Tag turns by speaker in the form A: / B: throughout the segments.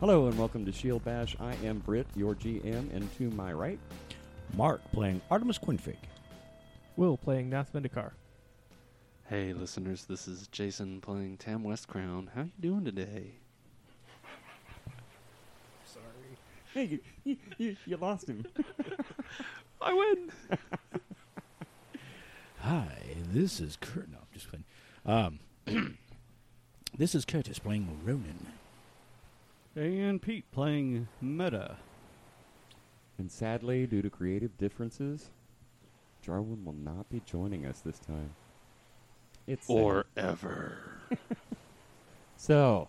A: Hello and welcome to Shield Bash. I am Britt, your GM, and to my right,
B: Mark playing Artemis Quinfig.
C: Will playing Nath Vendikar.
D: Hey, listeners, this is Jason playing Tam West Crown. How you doing today?
A: hey, you, you, you lost him.
D: I win.
B: Hi, this is Kurt. No, I'm just kidding. Um, this is Curtis playing Ronan.
E: And Pete playing Meta.
A: And sadly, due to creative differences, Jarwin will not be joining us this time. It's sad.
D: Or ever.
A: so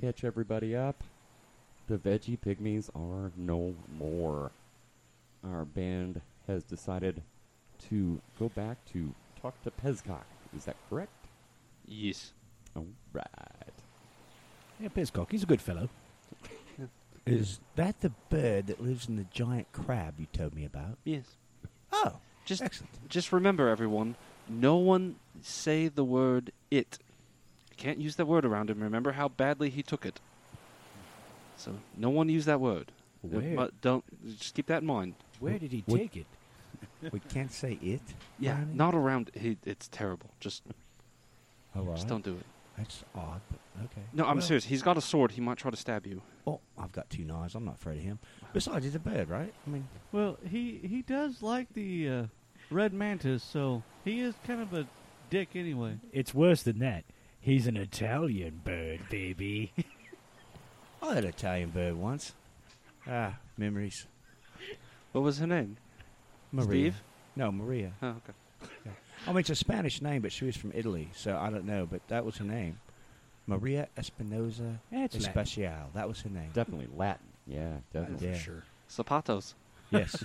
A: catch everybody up. The veggie pygmies are no more. Our band has decided to go back to talk to Pezcock. Is that correct?
D: Yes.
A: All right.
B: Yeah, Pizcock, he's a good fellow. is that the bird that lives in the giant crab you told me about?
D: Yes.
B: Oh,
D: Just
B: excellent.
D: just remember everyone, no one say the word it. You can't use that word around him. Remember how badly he took it. So no one use that word. It
B: Where?
D: mu- don't just keep that in mind.
B: Where did he
A: What-
B: take it? we can't say it.
D: Yeah,
B: Ronnie?
D: not around. He, it's terrible. Just,
B: All right.
D: just don't do it.
B: That's odd. But okay.
D: No, I'm
B: Well,
D: serious. He's got a sword. He might try to stab you.
B: Oh, I've got two knives. I'm not afraid of him. Besides, he's a bird, right? I mean,
E: Well, he he does like the uh, red mantis, so he is kind of a dick anyway.
F: It's worse than that. He's an Italian bird, baby.
B: I had an Italian bird once. Ah, memories.
D: What was her name?
B: Maria.
D: Steve?
B: No, Maria.
D: Oh, okay.
B: I mean, it's a Spanish name, but she was from Italy, so I don't know, but that was her name. Maria Espinosa
F: That's
B: Especial. That was her name.
A: Definitely Latin. Yeah, definitely.
B: Yeah.
F: sure.
D: Zapatos.
B: yes.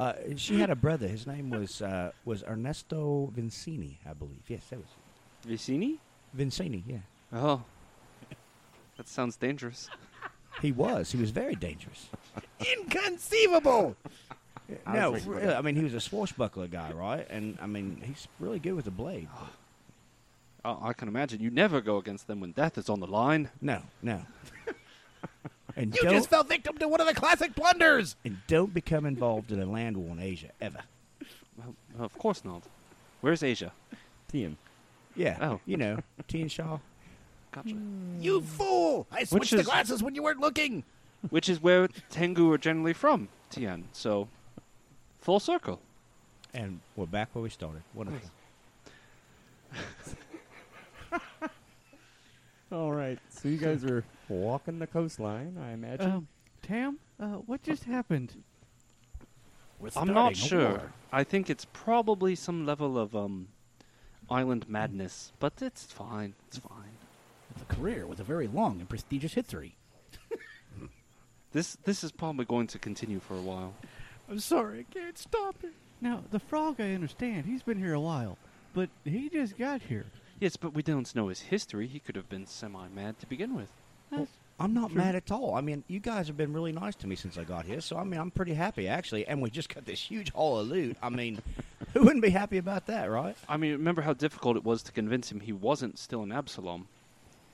B: uh, she had a brother. His name was uh, was Ernesto Vincini, I believe. Yes, that was it.
D: Vicini?
B: Vincini, yeah.
D: Oh. That sounds dangerous.
B: He was. He was very dangerous. Inconceivable! no,
A: was like-
B: really, I mean, he was a swashbuckler guy, right? And, I mean, he's really good with a blade.
D: Oh, I can imagine you never go against them when death is on the line.
B: No, no. and you just fell victim to one of the classic blunders. And don't become involved in a land war in Asia ever.
D: Well, of course not. Where's Asia?
A: Team.
B: Yeah,
D: Oh.
B: you know, Tian Shaw.
D: Gotcha.
B: You fool! I
D: switched the is-
B: glasses when you weren't looking.
D: Which is where Tengu are generally from, Tian. So, full circle.
B: And we're back where we started. Wonderful.
A: All right. So you guys are walking the coastline, I imagine.
E: Um, Tam, uh, what just happened?
D: I'm not sure. I think it's probably some level of um, island madness, but it's fine. It's fine.
F: With a career with a very long and prestigious history.
D: This this is probably going to continue for a while.
F: I'm sorry, I can't stop it.
E: Now the frog, I understand he's been here a while, but he just got here.
D: Yes, but we don't know his history. He could have been semi-mad to begin with.
F: Oh,
E: That's-
B: I'm not mad at all. I mean, you guys have been really nice to me since I got here, so I mean, I'm pretty happy actually. And we just got this huge haul of loot. I mean, who wouldn't be happy about that, right?
D: I mean, remember how difficult it was to convince him he wasn't still an Absalom.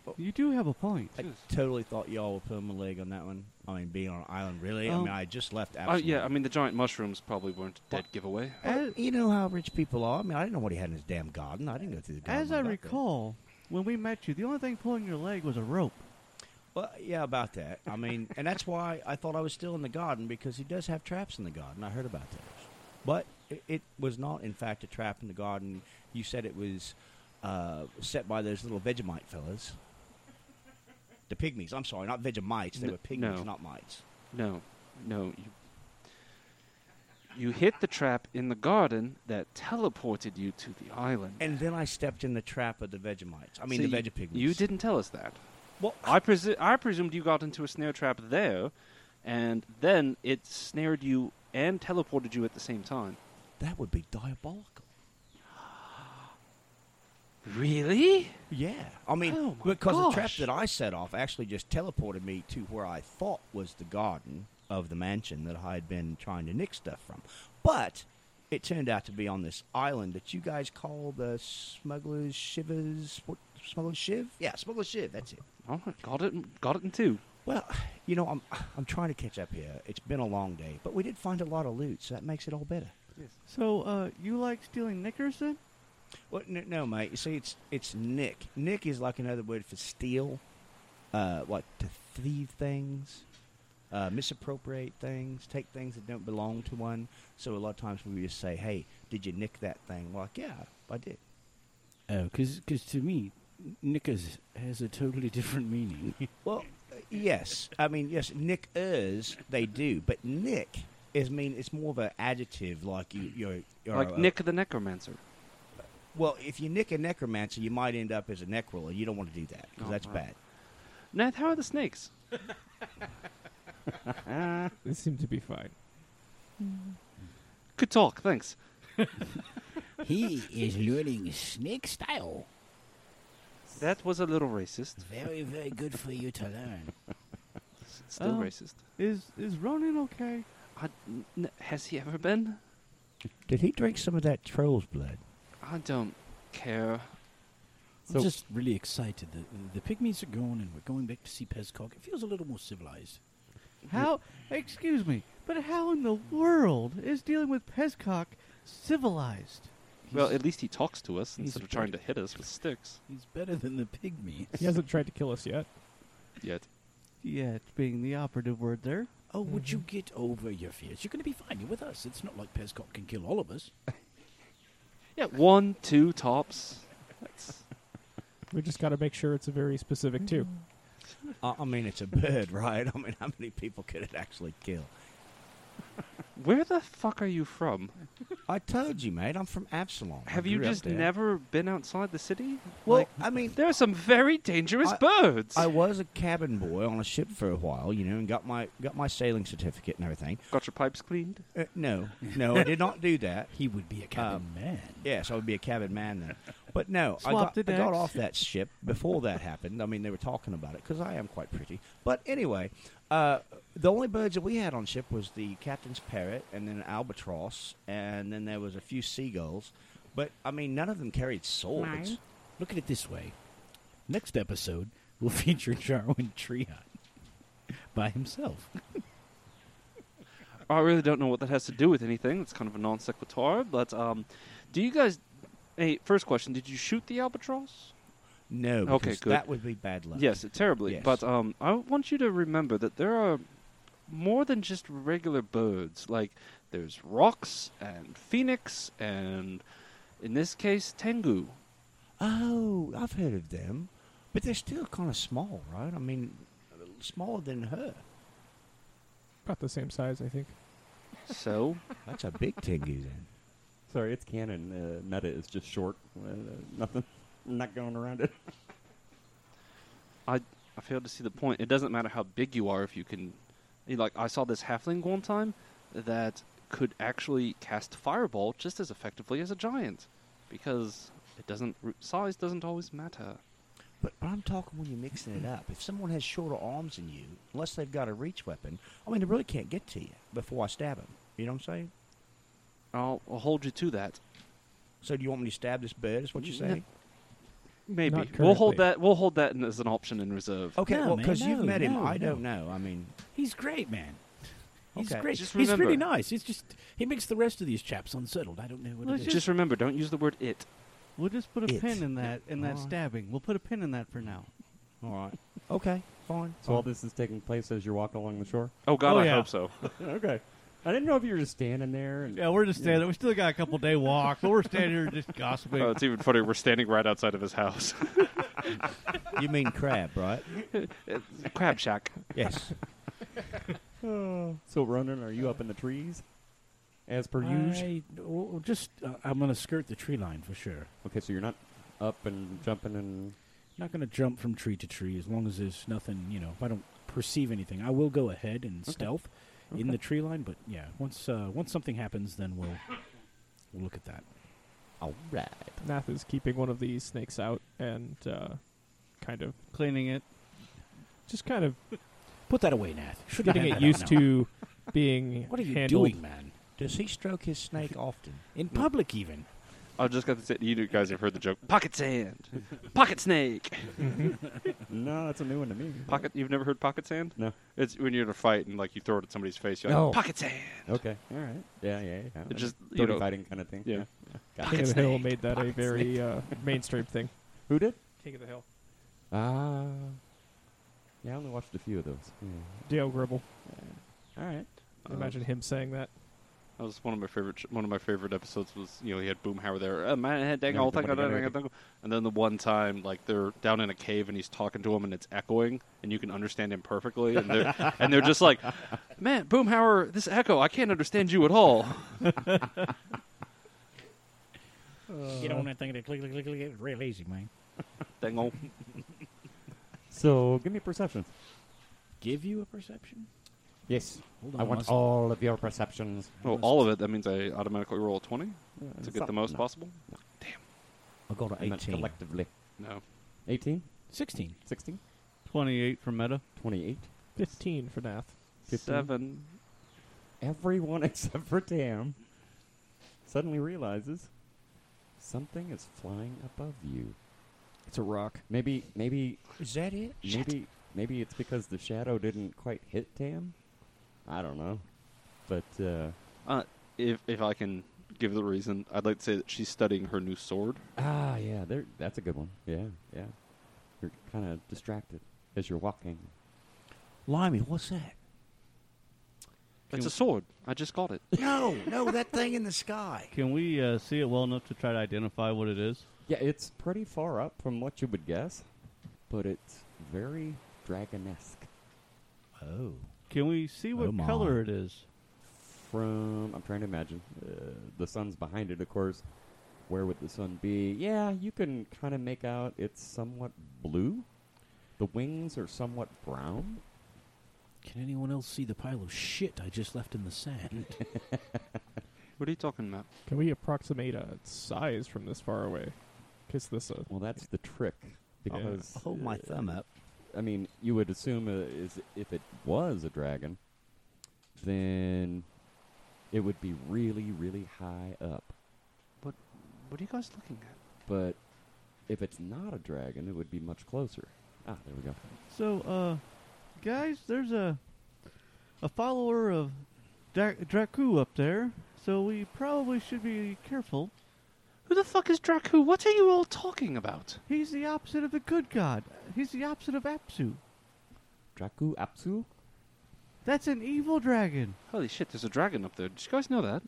F: oh.
E: you do have a point.
B: I totally thought y'all were pulling my leg on that one. I mean, being on an island, really. I
E: Um,
B: mean, I just left.
D: Oh
B: Absolutely.
D: yeah, I mean the giant mushrooms probably weren't a dead giveaway.
B: Well, you know how rich people are. I mean, I didn't know what he had in his damn garden. I didn't go through the garden.
E: As I
B: like that.
E: recall, when we met you, the only thing pulling your leg was a rope.
B: Well, yeah, about that. I mean, and that's why I thought I was still in the garden because he does have traps in the garden. I heard about those. But it, it was not, in fact, a trap in the garden. You said it was uh, set by those little Vegemite fellas. The pygmies. I'm sorry, not Vegemites. They
D: N-
B: were pygmies,
D: no.
B: not mites.
D: No, no. You, you hit the trap in the garden that teleported you to the island.
B: And then I stepped in the trap of the Vegemites. I mean,
D: So
B: the
D: you-
B: Vegepygmies.
D: You didn't tell us that.
B: Well,
D: I, presu- I presumed you got into a snare trap there, and then it snared you and teleported you at the same time.
B: that would be diabolical.
D: Really?
B: Yeah, I mean,
D: Oh my
B: because the trap
D: gosh.
B: that I set off actually just teleported me to where I thought was the garden of the mansion that I had been trying to nick stuff from, but it turned out to be on this island that you guys call the Smuggler's Shivers. What, Smuggler's Shiv? Yeah, Smuggler's Shiv. That's it.
D: All right, Oh, got it, got it in two.
B: Well, you know, I'm I'm trying to catch up here. It's been a long day, but we did find a lot of loot, so that makes it all better.
E: So, uh, you like stealing Nickerson?
B: Well, n- no, mate. You see, it's it's Nick. Nick is like another word for steal, uh, like to thieve things, uh, misappropriate things, take things that don't belong to one. So a lot of times we just say, "Hey, did you nick that thing?" We're like, yeah, I did.
F: Oh, because to me, knickers has a totally different meaning.
B: Well, uh, yes. I mean, yes, Nickers they do, but Nick is mean. It's more of an adjective, like you, you're, you're
D: like
B: a-
D: Nick the Necromancer.
B: Well, if you nick a necromancer, you might end up as a necrol, and you don't want to do that because
D: Oh,
B: that's
F: Uh-huh.
D: wow.
B: bad.
D: Nath, how are the snakes?
C: They seem to be fine.
D: Good talk, thanks.
F: he is learning snake style.
D: That was a little racist.
F: Very, very good for you to learn.
D: S- Still
E: Oh.
D: racist.
E: Is is Ronan okay?
D: I, n- has he ever been?
B: Did he drink some of that troll's blood?
D: I don't care.
A: So-
F: I'm just really excited. The, the pygmies are gone, and we're going back to see Pezcock. It feels a little more civilized.
E: How? Excuse me, but how in the world is dealing with Pescock civilized?
D: well,
F: He's-
D: at least he talks to us
F: he's
D: instead of
F: a
D: trying to
F: bird.
D: hit us with sticks.
F: he's better than the pygmy.
C: He hasn't tried to kill us yet.
D: Yet.
E: Yeah, it's being the operative word there.
F: Oh, would
B: Mm-hmm.
F: you get over your fears? You're going to be fine. You're with us. It's not like Pezcock can kill all of us.
D: Yeah, one, two tops. That's,
C: We just got to make sure it's a very specific too.
B: I, I mean, it's a bird, right? I mean, how many people could it actually kill?
D: where the fuck are you from?
B: I told you, mate. I'm from Absalom. I
D: Have you
B: grew up
D: just
B: there.
D: never been outside the city?
B: Well,
D: Like,
B: I mean,
D: there are some very dangerous
B: I-
D: birds.
B: I was a cabin boy on a ship for a while, you know, and got my got my sailing certificate and everything.
D: Got your pipes cleaned?
B: Uh, no, no, I did not do that.
F: He would
D: Um,
F: be a cabin man.
B: Yes, I would be a cabin man then. But no, I
E: Swap
B: got,
E: the
B: I got
E: decks.
B: off that ship before that happened. I mean, they were talking about it because I am quite pretty. But anyway, uh, the only birds that we had on ship was the captain's parrot and then an albatross, and then there was a few seagulls. But I mean, none of them carried swords.
G: Mine.
F: Look at it this way. Next episode, we'll feature Jarwin Treehot by himself.
D: I really don't know what that has to do with anything. That's kind of a non sequitur. But um, do you guys? Hey, first question: Did you shoot the albatross?
B: No,
D: Okay,
B: because
D: good.
B: that would be bad luck.
D: Yes, terribly.
B: Yes.
D: But um, I want you to remember that there are more than just regular birds. Like there's rocks and phoenix and, in this case, tengu.
B: Oh, I've heard of them, but they're still kind of small, right? I mean, smaller than her.
C: About the same size, I think.
D: So
B: That's a big tengu then.
A: Mm-hmm. Sorry, it's canon. Uh, meta is just short. Uh, nothing. I'm not going around it.
D: I I failed to see the point. It doesn't matter how big you are if you can. you know, Like I saw this halfling one time that could actually cast fireball just as effectively as a giant, because it doesn't r- size doesn't always matter.
B: But, but I'm talking when you're mixing it up. If someone has shorter arms than you, unless they've got a reach weapon, I mean, they really can't get to you before I stab them. You know what I'm saying?
D: I'll, I'll hold you to that.
B: So do you want me to stab this bird? Is what you're
D: No.
B: saying?
D: Maybe
C: Not
D: we'll hold
C: currently.
D: that. We'll hold that in, as an option in reserve.
B: Okay,
F: No,
B: well,
F: man,
B: because you've
F: no,
B: met him,
F: no,
B: I
F: no.
B: don't know. I mean,
F: He's great, man. He's
B: Okay,
F: great.
D: just
F: He's really
D: remember-
F: nice. He's just he makes the rest of these chaps unsettled. I don't know what
E: Let's
F: it is.
D: Just, remember, don't use the word it.
E: We'll just put a
B: It.
E: pin in that in that
B: Alright.
E: stabbing. We'll put a pin in that for now.
B: all right, okay, fine.
A: So all this is taking place as you're walking along the shore.
D: Oh God,
E: Oh,
D: I
E: yeah.
D: hope so.
A: okay. I didn't know if you were just standing there. And
E: Yeah, we're just standing. We still got a couple day walk, but we're standing here just gossiping.
D: oh, it's even funnier. We're standing right outside of his house.
B: you mean crab, right?
D: Crab shack.
B: Yes.
A: So Ronan, are you up in the trees? As per usual.
F: I, well, just uh, I'm gonna skirt the tree line for sure.
A: Okay, so you're not up and jumping and
F: not gonna jump from tree to tree as long as there's nothing. You know, if I don't perceive anything, I will go ahead and stealth in the tree line. But yeah, once uh, once something happens, then we'll we'll look at that.
B: all right.
C: Nath is keeping one of these snakes out and uh, kind of
E: Cleaning it.
C: just kind of
F: Put that away, Nath. Should
C: getting it used to being
F: What are you
C: handled.
F: doing, man?
B: Does he stroke his snake often?
F: In public, even.
D: I just got to say, you guys have heard the joke. Pocket sand, pocket snake,
A: no, that's a new one to me.
D: pocket. You've never heard pocket sand?
A: No.
D: It's when you're in a fight and like you throw it at somebody's face. You're like,
A: No.
D: pocket sand.
A: Okay. All right. Yeah, yeah, yeah.
D: It just you
A: dirty
D: know,
A: fighting kind of thing.
D: yeah.
A: Got
C: King
A: it.
C: of the Hill made that a very uh, mainstream thing.
A: Who did?
C: King of the Hill.
A: Ah. yeah, I only watched a few of those. Yeah.
C: Dale Gribble.
A: All right.
D: um,
C: Imagine him saying that.
D: That was one of my favorite. sh- One of my favorite episodes was you know he had Boomhauer there. Uh, man, eh, dang,
A: Yeah,
D: all
A: nobody
D: thing, uh,
A: got
D: dang,
A: anything.
D: dang, and then the one time like they're down in a cave and he's talking to him and it's echoing and you can understand him perfectly and they're and they're just like, man, Boomhauer, this echo, I can't understand you at all.
F: Get
C: Uh,
F: on that thing to click, click, click, click. It's real easy, man.
D: Dang, oh.
A: So give me perception.
F: Give you a perception?
A: Yes.
F: Hold
A: I want all of your perceptions.
D: Well, all of it. That means I automatically roll a twenty to get the most possible.
B: I got
A: And then collectively.
D: No,
A: 18?
F: 16.
A: 16?
E: 28 for meta.
A: 28?
C: 15 for Nath.
A: Fifteen?
D: seven.
A: Everyone except for Tam suddenly realizes something is flying above you.
C: It's a rock.
A: Maybe, maybe
B: Is that it?
A: Maybe maybe it's because the shadow didn't quite hit Tam. I don't know, but uh,
D: Uh, if if I can give the reason, I'd like to say that she's studying her new sword.
A: ah yeah, there that's a good one. Yeah, yeah. You're kind of distracted as you're walking.
B: Limey, what's that?
D: It's a sword. I just got it.
B: No, no, that thing in the sky.
E: Can we uh, see it well enough to try to identify what it is?
A: Yeah, it's pretty far up from what you would guess, but it's very dragonesque.
B: Oh.
E: Can we see what
F: Oh my.
E: color it is?
A: From I'm trying to imagine uh, the sun's behind it, of course. Where would the sun be? Yeah, you can kind of make out it's somewhat blue. The wings are somewhat brown.
F: Can anyone else see the pile of shit I just left in the sand?
D: What are you talking about?
C: Can we approximate a size from this far away? Kiss this uh, a.
A: Well, that's the trick because uh,
B: Hold Oh, my thumb up.
A: I mean, you would assume uh, is if it was a dragon, then it would be really, really high up.
D: What are you guys looking at?
A: But if it's not a dragon, it would be much closer. Ah, there we go.
E: So, uh, guys, there's a a follower of Dra- Dracu up there, so we probably should be careful.
D: Who the fuck is Draku? What are you all talking about?
E: He's the opposite of the good god. He's the opposite of Apsu.
A: Draku Apsu.
E: That's an evil dragon.
D: Holy shit, there's a dragon up there. Did you guys know that?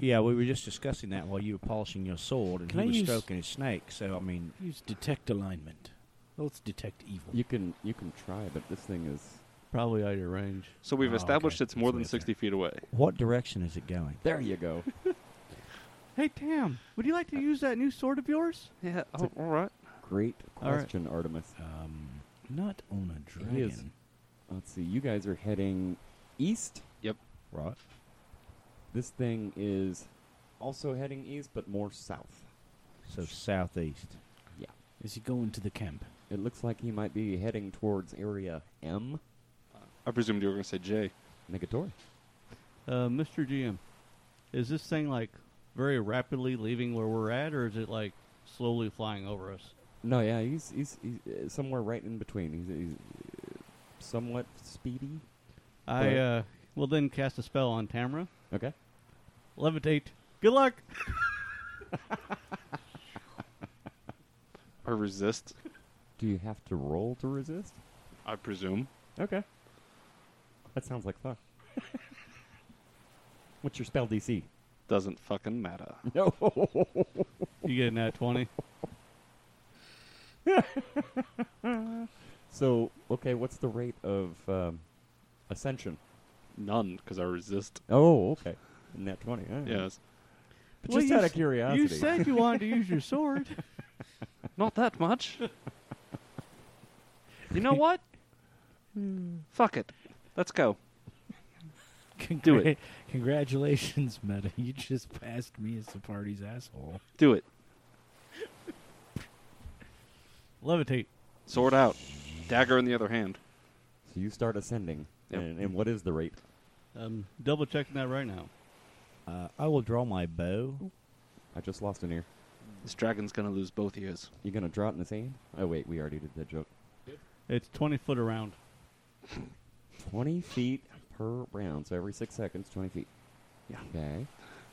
B: Yeah, we were just discussing that while you were polishing your sword and
F: Can
B: he
F: I
B: was
F: use-
B: stroking his snake. So I mean,
F: Use detect alignment. Well, let's detect evil.
A: You can you can try, but this thing is
E: Probably out of your range.
D: So we've
F: Oh,
D: established
F: okay.
D: it's more
F: It's way
D: than
F: up there.
D: 60 feet away.
B: what direction is it going?
A: there. You go.
E: Hey, Tam, would you like to use that new sword of yours?
D: Yeah, oh, all right.
A: Great
E: All right.
A: question, Artemis.
F: um, not on a dragon.
A: He is- Let's see. You guys are heading east.
B: Right.
A: This thing is also heading east, but more south.
B: So southeast.
F: Is he going to the camp?
A: It looks like he might be heading towards area M.
D: I presumed you were going to say J.
A: Negatory.
E: Uh, Mr. GM, is this thing like very rapidly leaving where we're at, or is it like slowly flying over us?
A: No, yeah, he's he's, he's uh, somewhere right in between. He's, he's uh, somewhat speedy.
E: I
A: But-
E: uh, will then cast a spell on Tamra.
A: Okay.
E: Levitate. Good luck.
D: Or resist,
A: Do you have to roll to resist?
D: I presume.
A: Okay. That sounds like fun. What's your spell DC?
D: Doesn't fucking matter.
A: No.
E: You get an at 20.
A: so okay, what's the rate of um, ascension?
D: None, because I resist.
A: Oh, okay. Net twenty.
F: Mm-hmm.
A: all right.
D: Yes.
A: But
E: Well,
A: just
E: you
A: out
E: s-
A: of curiosity,
E: You said you wanted to use your sword.
D: Not that much. you know what? Fuck it. Let's go. Do it.
F: Congratulations, Meta. You just passed me as the party's asshole.
D: Do it.
E: Levitate.
D: Sword out. Dagger in the other hand.
A: so you start ascending.
D: Yep.
A: And, and what is the rate?
E: I'm double checking that right now.
B: Uh, I will draw my bow
A: I just lost an ear.
D: This dragon's gonna lose both ears.
A: You gonna draw it in the sand? Oh wait, we already did that joke.
E: It's 20 foot around.
A: Twenty feet per round, so every six seconds, twenty feet.
D: Yeah.
A: Okay.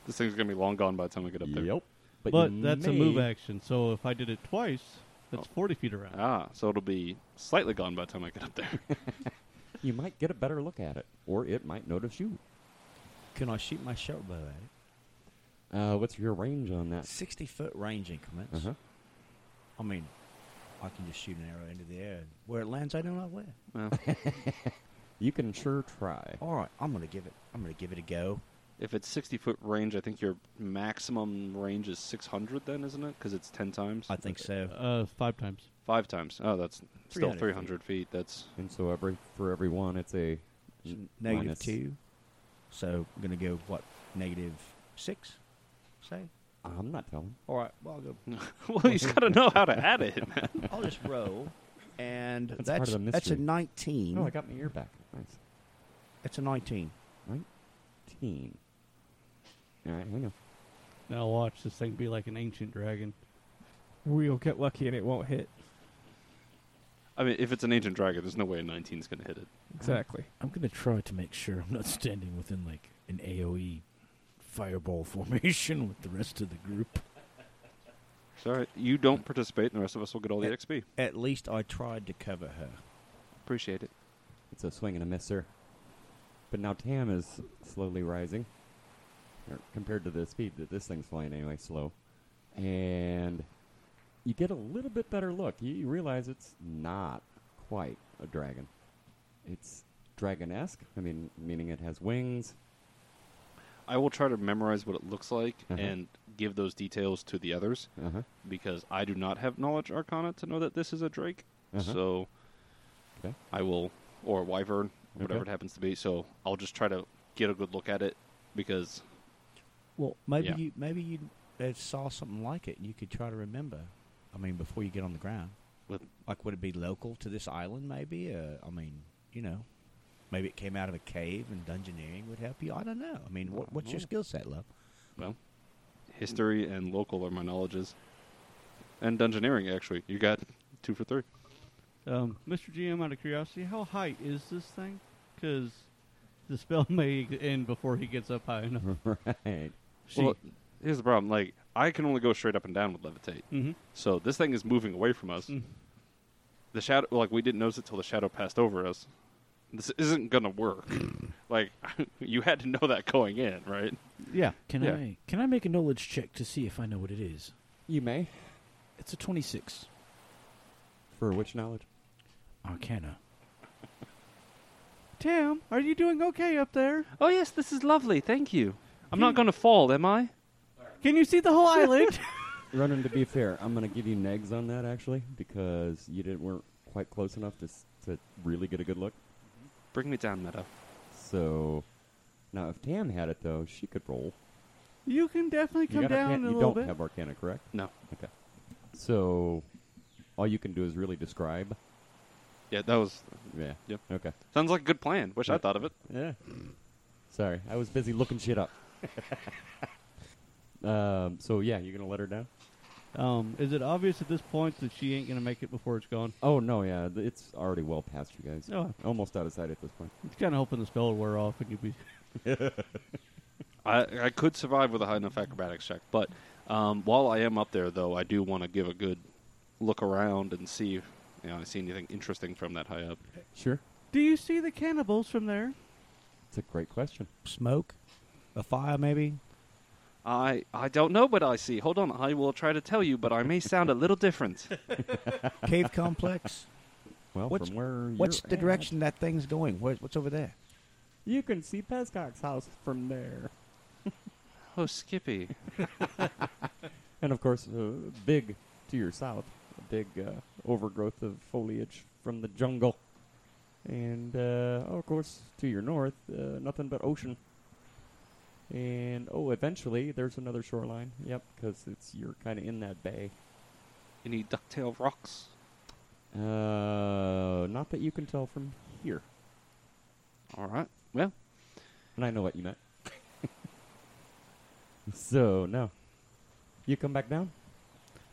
D: This thing's gonna be long gone by the time we get up there.
A: Yep.
E: But,
A: you
E: that's a move
A: may- Oh.
E: action, so if I did it twice, that's 40 feet around.
D: Ah, so it'll be slightly gone by the time I get up there.
A: You might get a better look at it, or it might notice you.
B: Can I shoot my short bow at
A: Uh, what's your range on
B: it?
A: that?
B: Sixty foot range increments.
A: Uh huh.
B: I mean, I can just shoot an arrow into the air. Where it lands, I do not where.
D: well,
A: You can sure try.
B: All right, I'm gonna give it. I'm gonna give it a go.
D: if it's 60 foot range, I think your maximum range is 600. Then isn't it? Because it's 10 times.
B: I think
A: Ah.
B: so.
E: Uh, five times.
D: Five times. Oh, that's still 300
B: 300 feet.
D: feet. That's
A: And so every for every one, it's a
B: It's
A: n-
B: negative
A: minus-
B: two. So I'm gonna go what negative six, say.
A: I'm not telling.
B: All right, well I'll go.
D: well, he's got to know how to add it. man.
B: I'll just roll, and
A: That's
B: that's
A: part of
B: that's,
A: the
B: a
A: mystery.
B: nineteen.
A: No, I got my ear back. Nice.
B: That's a nineteen.
A: Nineteen. All right, hang on.
E: Now watch this thing be like an ancient dragon.
C: We'll get lucky and it won't hit.
D: I mean, if it's an ancient dragon, there's no way a 19's gonna hit it.
C: Exactly.
F: I'm gonna try to make sure I'm not standing within like an AOE fireball formation with the rest of the group.
D: Sorry, you don't participate, and the rest of us will get all the
B: Yeah.
D: XP.
B: At least I tried to cover her.
D: Appreciate it.
A: It's a swing and a miss, sir. But now Tam is slowly rising. Or compared to the speed that this thing's flying anyway, slow. And you get a little bit better look. You realize it's not quite a dragon. It's dragon-esque. I mean, meaning it has wings.
D: I will try to memorize what it looks like
A: Uh-huh.
D: and give those details to the others
A: Uh-huh.
D: because I do not have knowledge arcana to know that this is a drake.
A: Uh-huh.
D: So
A: Okay.
D: I will, or a wyvern, whatever
A: Okay.
D: it happens to be. So I'll just try to get a good look at it because
B: Well, maybe
D: Yeah.
B: you maybe you uh, saw something like it, and you could try to remember. I mean, before you get on the ground,
D: With-
B: like would it be local to this island? Maybe. Uh, I mean, you know, maybe it came out of a cave, and dungeoneering would help you. I don't know. I mean,
D: I
B: what, what's your
D: dunno.
B: skill set, love?
D: well, history and local are my knowledges, and dungeoneering actually. You got two for three.
E: Um, Mr. GM, out of curiosity, how high is this thing? Because the spell may end before he gets up high
A: Mm-hmm.
E: enough.
A: right.
E: She.
D: Well, here's the problem. Like I can only go straight up and down with levitate.
E: Mhm.
D: So this thing is moving away from us.
E: Mm.
D: The shadow, like we didn't notice it till the shadow passed over us. This isn't gonna work. like you had to know that going in, right?
E: Yeah.
F: Can
D: Yeah.
F: I can I make a knowledge check to see if I know what it is?
A: You may.
F: It's a 26
A: For which knowledge?
F: Arcana.
E: Tam, are you doing okay up there?
D: Oh yes, this is lovely. Thank you. I'm not gonna fall, am I?
E: Can you see the whole island?
A: Ronan, to be fair, I'm going to give you negs on that, actually, because you didn't weren't quite close enough to, s- to really get a good look.
D: Bring me down, Meadow.
A: So now, if Tam had it though, she could roll.
E: you can definitely
A: you
E: come
A: got
E: down
A: Arcana-
E: a
A: you
E: little
A: don't
E: bit.
A: have Arcana, correct?
D: No.
A: Okay. So all you can do is really describe.
D: Yeah, that was
A: Yeah.
D: Yep.
A: Okay.
D: sounds like a good plan. Wish I
A: Yeah.
D: thought of it.
A: Yeah. Sorry, I was busy looking shit up. um, so yeah, you're gonna let her down?
E: Um, is it obvious at this point that she ain't gonna make it before it's gone?
A: Oh no, yeah, th- it's already well past you guys.
E: Oh.
A: Almost out of sight at this point.
E: It's kind of hoping the spell will wear off and you'll be.
D: I, I could survive with a high enough acrobatics check, but um, while I am up there, though, I do want to give a good look around and see if you know, I see anything interesting from that high up.
A: Sure.
E: Do you see the cannibals from there?
A: It's a great question.
B: Smoke, a fire, maybe.
D: I I don't know what I see. Hold on, I will try to tell you, but I may sound a little different.
B: Cave complex.
A: Well,
B: What's-
A: from where
B: What's
A: you're
B: the
A: at,
B: direction that thing's going? Where's, what's over there?
C: You can see Pescock's house from there.
D: Oh, Skippy,
A: And of course, uh, big to your south, a big uh, overgrowth of foliage from the jungle. And uh, of course, to your north, uh, nothing but ocean. And oh, eventually there's another shoreline. Yep, because it's you're kind of in that bay.
D: any ducktail rocks?
A: Uh, not that you can tell from here.
D: All right. Well,
A: And I know what you meant. so no, You come back down?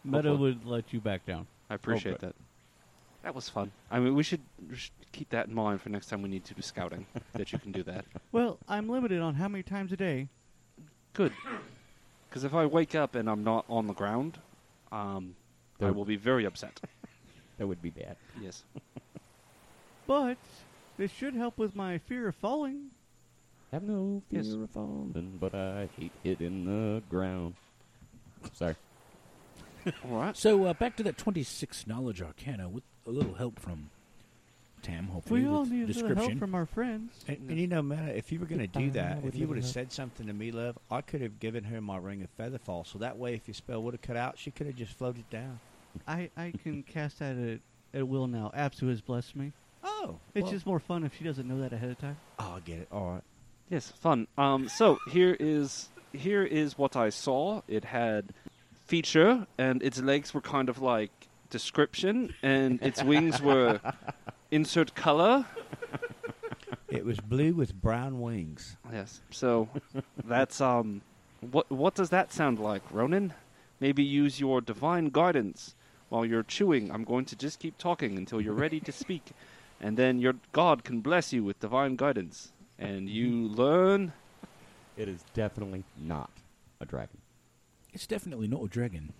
E: Meta
D: Hopefully.
E: would let you back down.
D: I appreciate that. That was fun. I mean, we should, we should keep that in mind for next time we need to do scouting. that you can do that.
E: Well, I'm limited on how many times a day.
D: Good. Because if I wake up and I'm not on the ground, um, I
A: There-
D: will be very upset.
A: That would be bad.
D: yes.
E: But this should help with my fear of falling.
A: Have no fear
D: Yes.
A: of falling, but I hate hitting the ground. Sorry.
D: All right.
F: So uh, back to that 26 knowledge arcana with a little help from Tam, hopefully.
E: We all
F: with
E: need a little
F: description.
E: help from our friends.
B: And, and you know, Meta, if you were going to do
A: Goodbye,
B: that,
A: I
B: if
A: would
B: you would have
A: love-
B: said something to me, love, I could have given her my ring of feather fall. So that way, if your spell would have cut out, she could have just floated down.
E: I, I can cast that at, at will now. Absu has blessed me.
B: Oh,
E: It's
B: well-
E: just more fun if she doesn't know that ahead of time.
B: Oh, I get it. All right.
D: Yes, fun. Um, so here is here is what I saw. It had feature, and its legs were kind of like description, and its wings were insert color.
B: It was blue with brown wings.
D: Yes. So that's um, what what does that sound like, Ronan? Maybe use your divine guidance while you're chewing. I'm going to just keep talking until you're ready to speak, and then your God can bless you with divine guidance, and you learn.
A: It is definitely not a dragon.
F: It's definitely not a dragon.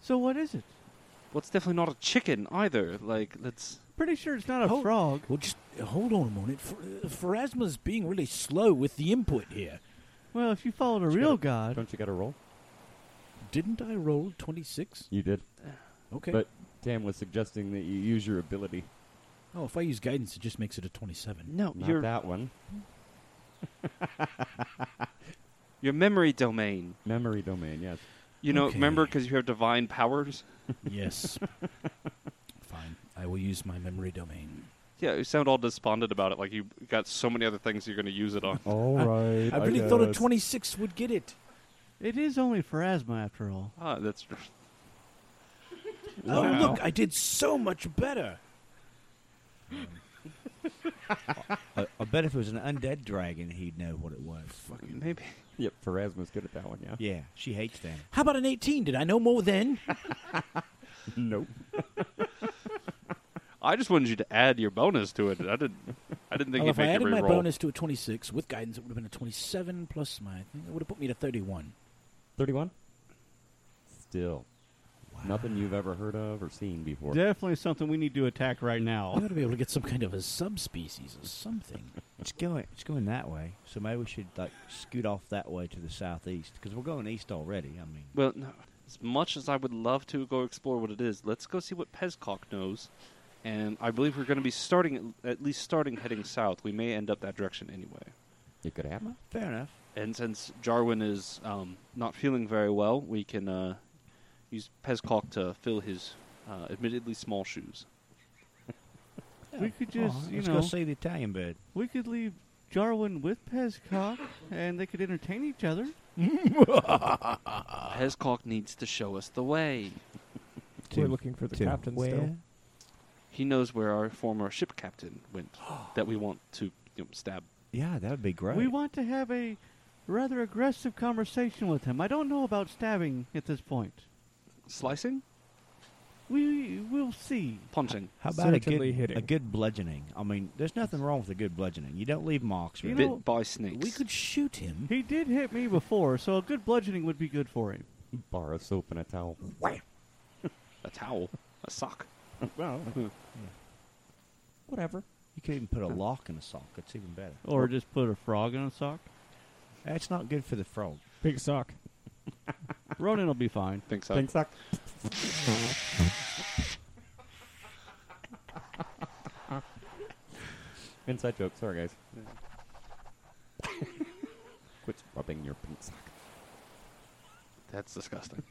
E: So what is it?
D: Well, it's definitely not a chicken either. Like, let's.
E: Pretty sure it's not a
F: Hold-
E: frog.
F: Well, just uh, hold on a minute. F- uh, Pharasma's being really slow with the input here.
E: Well, if you followed a
A: Just
E: real
A: gotta-
E: god,
A: Don't you got a roll?
F: Didn't I roll 26?
A: You did.
F: Okay.
A: But Tam was suggesting that you use your ability.
F: oh, if I use guidance, it just makes it a 27.
D: No,
A: Not
D: your
A: that one.
D: your memory domain.
A: Memory domain, yes.
D: You know,
F: Okay.
D: remember because you have divine powers.
F: yes. Fine. I will use my memory domain.
D: Yeah, you sound all despondent about it. Like you got so many other things you're going to use it on.
A: All right.
F: I really thought a 26 would get it.
E: it is only Pharasma after all.
D: ah, that's
F: Oh, look, I did so much better.
B: I, I bet if it was an undead dragon, he'd know what it was.
D: fucking maybe.
A: Yep, Pharasma's good at that one, yeah.
B: Yeah, she hates them.
F: How about an 18? Did I know more then?
A: Nope.
D: I just wanted you to add your bonus to it. I didn't. I didn't think
F: Well,
D: you'd
F: if I
D: make
F: added
D: every
F: my
D: roll.
F: bonus to a 26 with guidance, it would have been a 27 plus my. It would have put me to 31.
A: 31? Still. Nothing you've ever heard of or seen before.
E: Definitely something we need to attack right
F: I'm
E: now.
F: going to be able to get some kind of a subspecies or something.
B: It's going, it's going that way. So maybe we should like scoot off that way to the southeast because we're going east already. I mean,
D: Well, no, as much as I would love to go explore what it is, let's go see what Pezcock knows. And I believe we're going to be starting at- at least starting heading south. We may end up that direction anyway.
A: It could happen.
B: fair enough.
D: And since Jarwin is um, not feeling very well, we can uh, use Pezcock to fill his uh, admittedly small shoes.
E: We could just,
B: Alright,
E: you
B: let's
E: know,
B: go see the Italian bird.
E: we could leave Jarwin with Pezcock, and they could entertain each other.
D: Ah. Pezcock needs to show us the way.
C: We're looking for the
B: to
C: captain still.
D: He knows where our former ship captain went that we want to you know, stab.
B: Yeah, that would be great.
E: We want to have a rather aggressive conversation with him. I don't know about stabbing at this point.
D: Slicing?
E: We will see.
D: Punching.
B: How about a good,
C: Certainly hitting.
B: a good bludgeoning? I mean, there's nothing wrong with a good bludgeoning. You don't leave marks.
E: You
B: Really.
E: know-
D: Bit by snakes.
F: We could shoot him.
E: He did hit me before, so a good bludgeoning would be good for him.
A: Bar of soap and a towel.
D: a towel, a sock.
A: well, whatever.
B: you could even put a lock in a sock. It's even better.
E: Or just put a frog in a sock.
B: That's not good for the frog.
C: Big sock.
E: Ronan will be fine.
D: Think so.
A: Thanks, Doc. Inside joke. Sorry, guys. Quit rubbing your pink sock.
D: That's disgusting.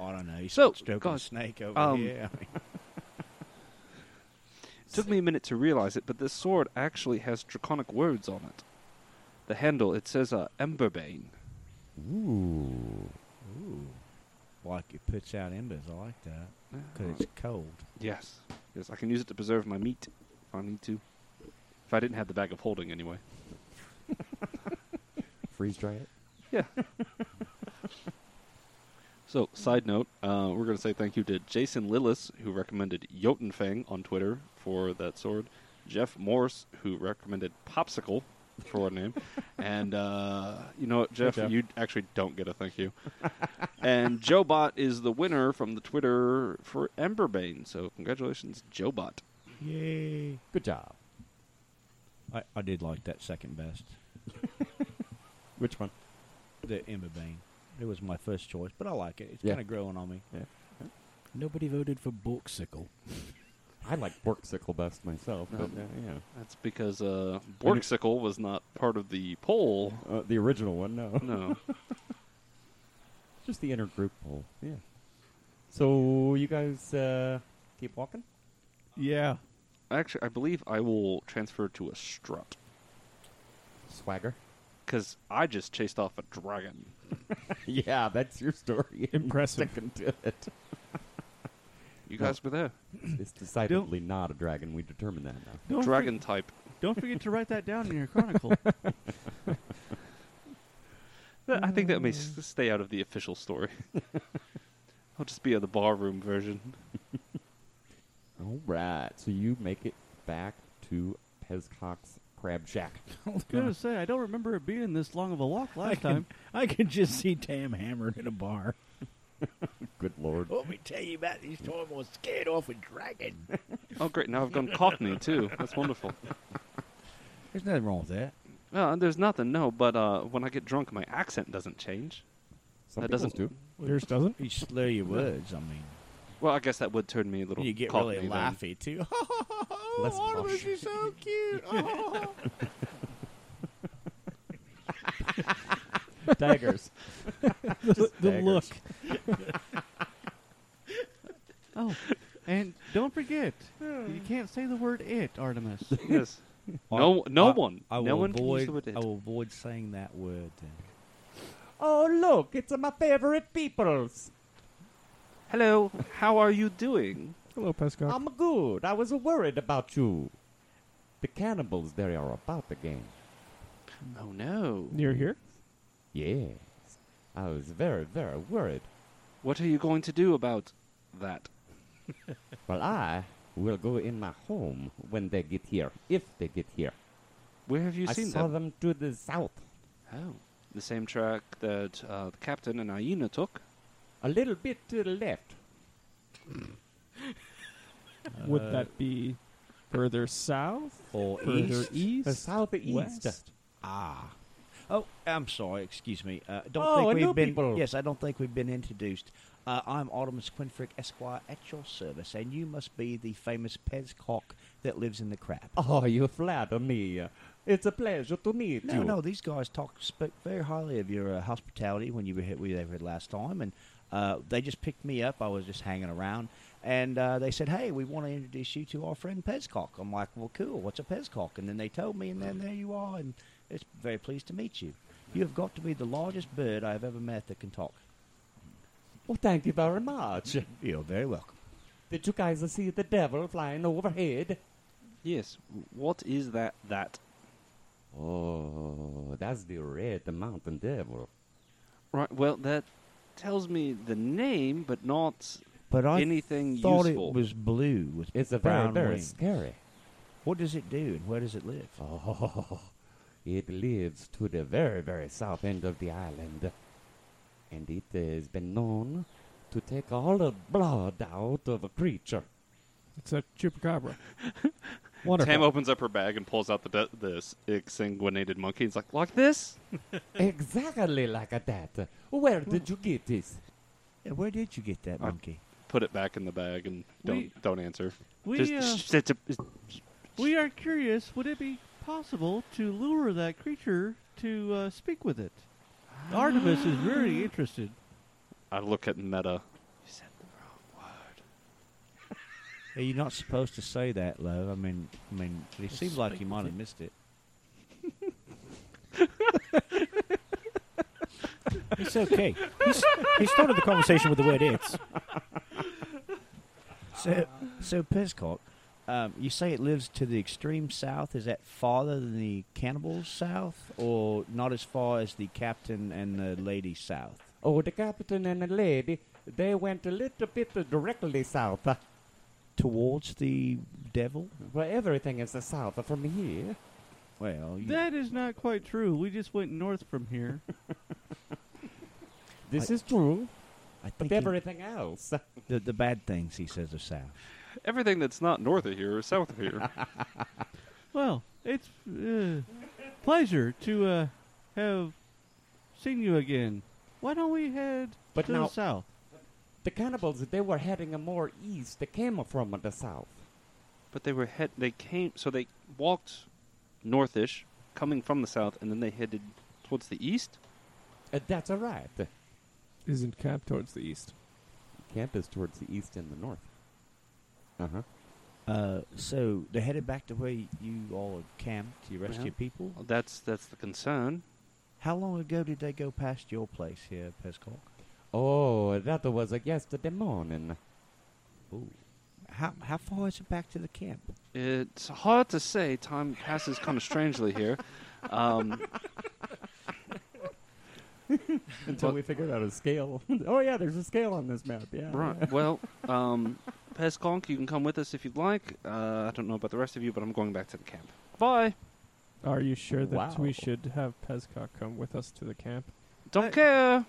B: I don't know. You
D: So,
B: stroking a
D: guys,
B: snake over
D: um,
B: here. I mean,
D: Took me a minute to realize it, but this sword actually has draconic words on it. The handle, it says uh, Emberbane.
A: Ooh.
B: like it puts out embers. I like that because it's cold.
D: Yes. Yes, I can use it to preserve my meat if I need to. If I didn't have the bag of holding, anyway.
A: Freeze dry it.
D: Yeah. So, side note, uh, we're going to say thank you to Jason Lillis, who recommended Jotunfang on Twitter for that sword, Jeff Morse, who recommended Popsicle for a name, and uh, you know what, Jeff,
A: Jeff.
D: you actually don't get a thank you. and Joebot is the winner from the Twitter for Emberbane, so congratulations, Joebot.
B: Yay.
A: Good job.
B: I, I did like that second best.
A: Which one?
B: The Emberbane. It was my first choice, but I like it. It's
A: Yeah.
B: kind of growing on me.
F: Nobody voted for Borksicle.
A: I like Borksicle best myself.
D: No.
A: But, uh, yeah.
D: That's because uh, Borksicle was not part of the poll.
A: Uh, the original one, no.
D: No.
A: Just the inner group poll. Yeah. So you guys uh, keep walking.
E: Yeah.
D: Actually, I believe I will transfer to a strut
A: Swagger.
D: because I just chased off a dragon.
A: yeah, that's your story.
C: Impressive.
A: Sticking to it.
D: You
A: No.
D: guys were there.
A: It's decidedly not a dragon. We determined that now.
E: Don't
D: Dragon type.
E: forg- don't forget to write that down in your chronicle.
D: Th- I think that may
E: Mm.
D: s- stay out of the official story. I'll just be on the barroom version.
A: All right. So you make it back to Pezcock's Crab Shack.
E: Gonna say I don't remember it being this long of a walk
F: I
E: last
F: can-
E: time.
F: I can just see Tam hammered in a bar.
A: Good lord.
F: Let me tell you about these toys was scared off a dragon.
D: Oh, great. Now I've gone Cockney, too. That's wonderful.
B: There's nothing wrong with that.
D: Well, there's nothing, no, but uh, when I get drunk, my accent doesn't change.
A: Some
D: that
A: people
D: doesn't-
A: do.
C: Yours doesn't.
B: You slur your words. I mean,
D: Well, I guess that would turn me a little
B: you get
D: Cockney
B: really
D: then.
B: laughy too.
D: Oh,
A: Less posh.
B: you're so cute. Oh.
A: Daggers.
C: the the
A: daggers.
C: look.
E: Oh, and don't forget, you can't say the word "it," Artemis.
D: Yes. No, no
B: I-
D: one.
B: I will
D: no one
B: avoid.
D: can use the word it.
B: I will avoid saying that word. Then.
A: Oh, look. It's my favorite peoples.
D: Hello, how are you doing?
C: Hello, Pescock.
B: Um,
A: I'm good. I was worried about you. The cannibals, they are about again.
D: Oh no.
C: You're here.
A: Yes. I was very, very worried.
D: What are you going to do about that?
A: Well, I will go in my home when they get here, if they get here.
D: Where have you
A: I
D: seen
A: saw them to the south,
D: Oh, the same track that uh, the captain and Aina took.
A: a little bit to the left.
E: uh,
B: uh,
C: Would that be further south?
B: Or
C: Further
B: east?
C: east?
A: The southeast.
C: West?
B: Ah. Oh, I'm sorry. Excuse me. Uh, don't
A: Oh,
B: think
A: I
B: we've
A: know
B: been.
A: people.
B: Yes, I don't think we've been introduced. Uh, I'm Artemis Quinfrick Esquire at your service, and you must be the famous Pezcock that lives in the crab.
A: Oh, you flatter me. It's a pleasure to meet
B: no,
A: you.
B: no, these guys talk spoke very highly of your uh, hospitality when you were here, we were here last time, and uh, they just picked me up. I was just hanging around, and uh, they said, "Hey, we want to introduce you to our friend Pezcock." I'm like, "Well, cool. What's a Pezcock?" And then they told me, and then there you are, and it's very pleased to meet you. You have got to be the largest bird I have ever met that can talk.
A: Well, thank you very much.
B: You're very welcome.
A: Did you guys see the devil flying overhead?
D: Yes. What is that? That.
A: Oh, that's the red mountain devil.
D: Right. Well, that tells me the name, but not
B: But I
D: anything
B: thought
D: useful.
B: it was blue with
A: It's a very,
B: brown
A: very
B: wings.
A: scary.
B: What does it do, and where does it live?
A: Oh, it lives to the very, very south end of the island. And it has been known to take all the blood out of a creature.
C: It's a chupacabra. Wonderful.
D: Tam opens up her bag and pulls out the de- this exsanguinated monkey. It's like like this.
A: exactly like that. Where
D: Hmm.
A: did you get this?
B: Yeah, where did you get that
D: Uh,
B: monkey?
D: Put it back in the bag and don't
E: We-
D: don't answer.
E: We uh,
D: Just- it's a-
E: we are curious. Would it be possible to lure that creature to uh, speak with it? Artemis is
A: Ah.
E: very interested.
D: I look at Meta. You said the wrong word.
B: Hey, You're not supposed to say that, Lo. I mean, I mean, it seems like you might have missed it.
F: It's okay. He's, he started the conversation with the word "it's."
B: So, so Pizcock, um, you say it lives to the extreme south. Is that farther than the cannibals south, or not as far as the captain and the lady south?
A: Oh, the captain and the lady, they went a little bit directly south. Uh,
B: Towards the devil?
A: Well, everything is the south from here.
B: Well, you,
E: That is not quite true. We just went north from here.
A: This is true,
B: I
A: but
B: think you-
A: everything else.
B: the, the bad things he says are south.
D: Everything that's not north of here is south of here.
E: well, it's uh, pleasure to uh, have seen you again. Why don't we head
A: But
E: to
A: now-
E: the south?
A: The cannibals, they were heading a more east. They came from the south.
D: but they were head. They came. So they walked northish, coming from the south, and then they headed towards the east.
A: Uh, that's all right.
C: Isn't camp towards the east?
A: Camp is towards the east and the north. Uh huh.
B: Uh, so they headed back to where y- you all had camped, you rescued
D: Yeah.
B: people.
D: Well, that's that's the concern.
B: How long ago did they go past your place here, Peskov?
A: Oh, that was uh, yesterday morning.
B: Ooh. How how far is it back to the camp?
D: It's hard to say. Time passes kind of strangely here. Um,
A: Until we figured out a scale. oh, yeah, there's a scale on this map, yeah.
D: right. Well, um, Pesconk, you can come with us if you'd like. Uh, I don't know about the rest of you, but I'm going back to the camp. Bye.
C: Are you sure that
A: Wow.
C: we should have Pezcock come with us to the camp?
D: Don't
E: I-
D: care.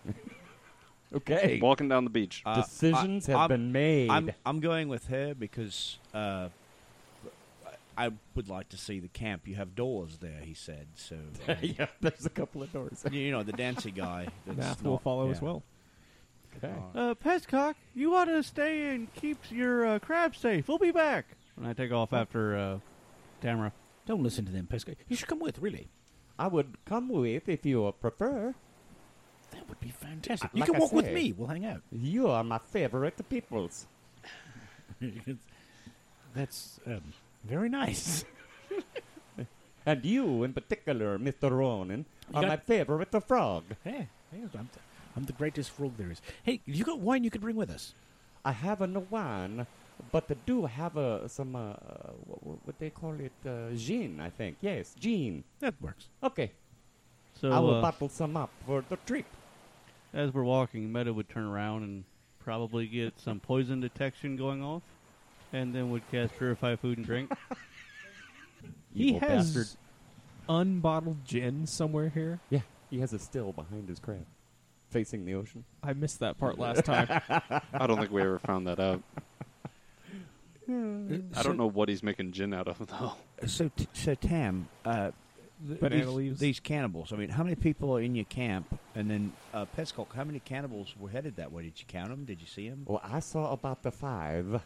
A: Okay.
D: Walking down the beach.
B: Uh,
A: Decisions
B: I-
A: have
B: I'm-
A: been made.
B: I'm I'm going with her because uh, I would like to see the camp. You have doors there, he said. So uh,
A: yeah, there's a couple of doors.
B: you, you know the Dancy guy. That's
C: Nath will
B: not-
C: follow as
B: yeah.
C: well.
A: Okay.
E: Uh, Pescock, you ought to stay and keep your uh, crab safe. We'll be back. And I take off after uh, Tamara.
F: Don't listen to them, Pesco. You should come with, really.
A: I would come with if you prefer.
F: That would be fantastic.
A: Uh,
F: you
A: like
F: can
A: I
F: walk with
A: said.
F: me. We'll hang out.
A: You are my favorite peoples.
F: That's um, very nice.
A: And you, in particular, Mr. Ronan, are
F: got-
A: my favorite frog.
F: Hey, hey, I'm, th- I'm the greatest frog there is. Hey, you got wine you could bring with us?
A: I have no wine, but I do have uh, some, uh, what, what they call it, uh, gin, I think. Yes, gin.
F: That works.
A: Okay,
E: So
A: I will
E: uh,
A: bottle some up for the trip.
E: as we're walking, Meta would turn around and probably get some poison detection going off, and then would cast Purify Food and Drink.
C: He
A: Evil
C: has
A: bastard.
C: unbottled gin somewhere here.
A: Yeah, he has a still behind his crab, facing the ocean.
C: I missed that part last time.
D: I don't think we ever found that out. I
B: So-
D: don't know what he's making gin out of though.
B: So, t- so Tam, uh, th-
C: Banana
B: these,
C: leaves.
B: these cannibals. I mean, how many people are in your camp? And then uh, Peskok, how many cannibals were headed that way? Did you count them? Did you see them?
A: Well, I saw about the five.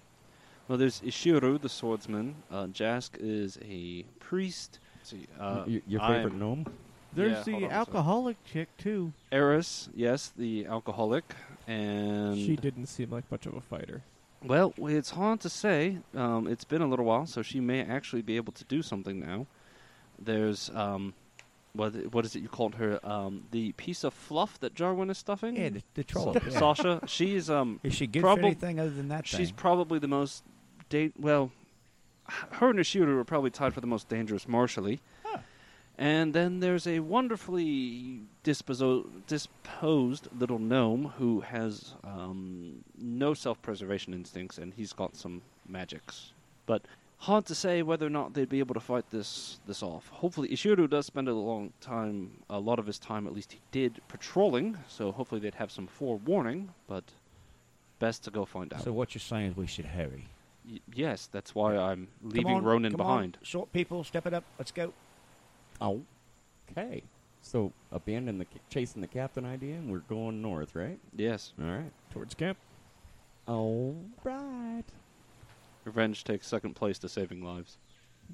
D: Well, there's Ishiru, the swordsman. Uh, Jask is a priest. Let's See, uh,
A: Y- your
D: I'm
A: favorite gnome?
E: There's
D: Yeah, hold
E: the
D: on a second.
E: alcoholic chick too.
D: Eris, yes, the alcoholic, and
C: she didn't seem like much of a fighter.
D: Well, it's hard to say. Um, it's been a little while, so she may actually be able to do something now. There's um, what what is it you called her? Um, the piece of fluff that Jarwin is stuffing.
B: Yeah, the, the troll.
D: Sa-
B: yeah.
D: Sasha. She's um,
B: Is she good
D: Probab-
B: for anything other than that?
D: she's
B: thing?
D: probably the most date. Well, her and Ishida are probably tied for the most dangerous martially. And then there's a wonderfully disposo- disposed little gnome who has um, no self-preservation instincts, and he's got some magics. But hard to say whether or not they'd be able to fight this this off. Hopefully, Ishiru does spend a long time, a lot of his time, at least he did, patrolling. So hopefully they'd have some forewarning. But best to go find out.
B: so what you're saying is we should hurry.
D: Y- yes, that's why I'm leaving
B: Come on,
D: Ronan
B: come on.
D: behind.
B: Short people, step it up. Let's go.
A: Oh. Okay. So, abandon the chasing the captain idea, and we're going north, right?
D: Yes,
A: All right.
C: Towards camp.
A: All right.
D: revenge takes second place to saving lives.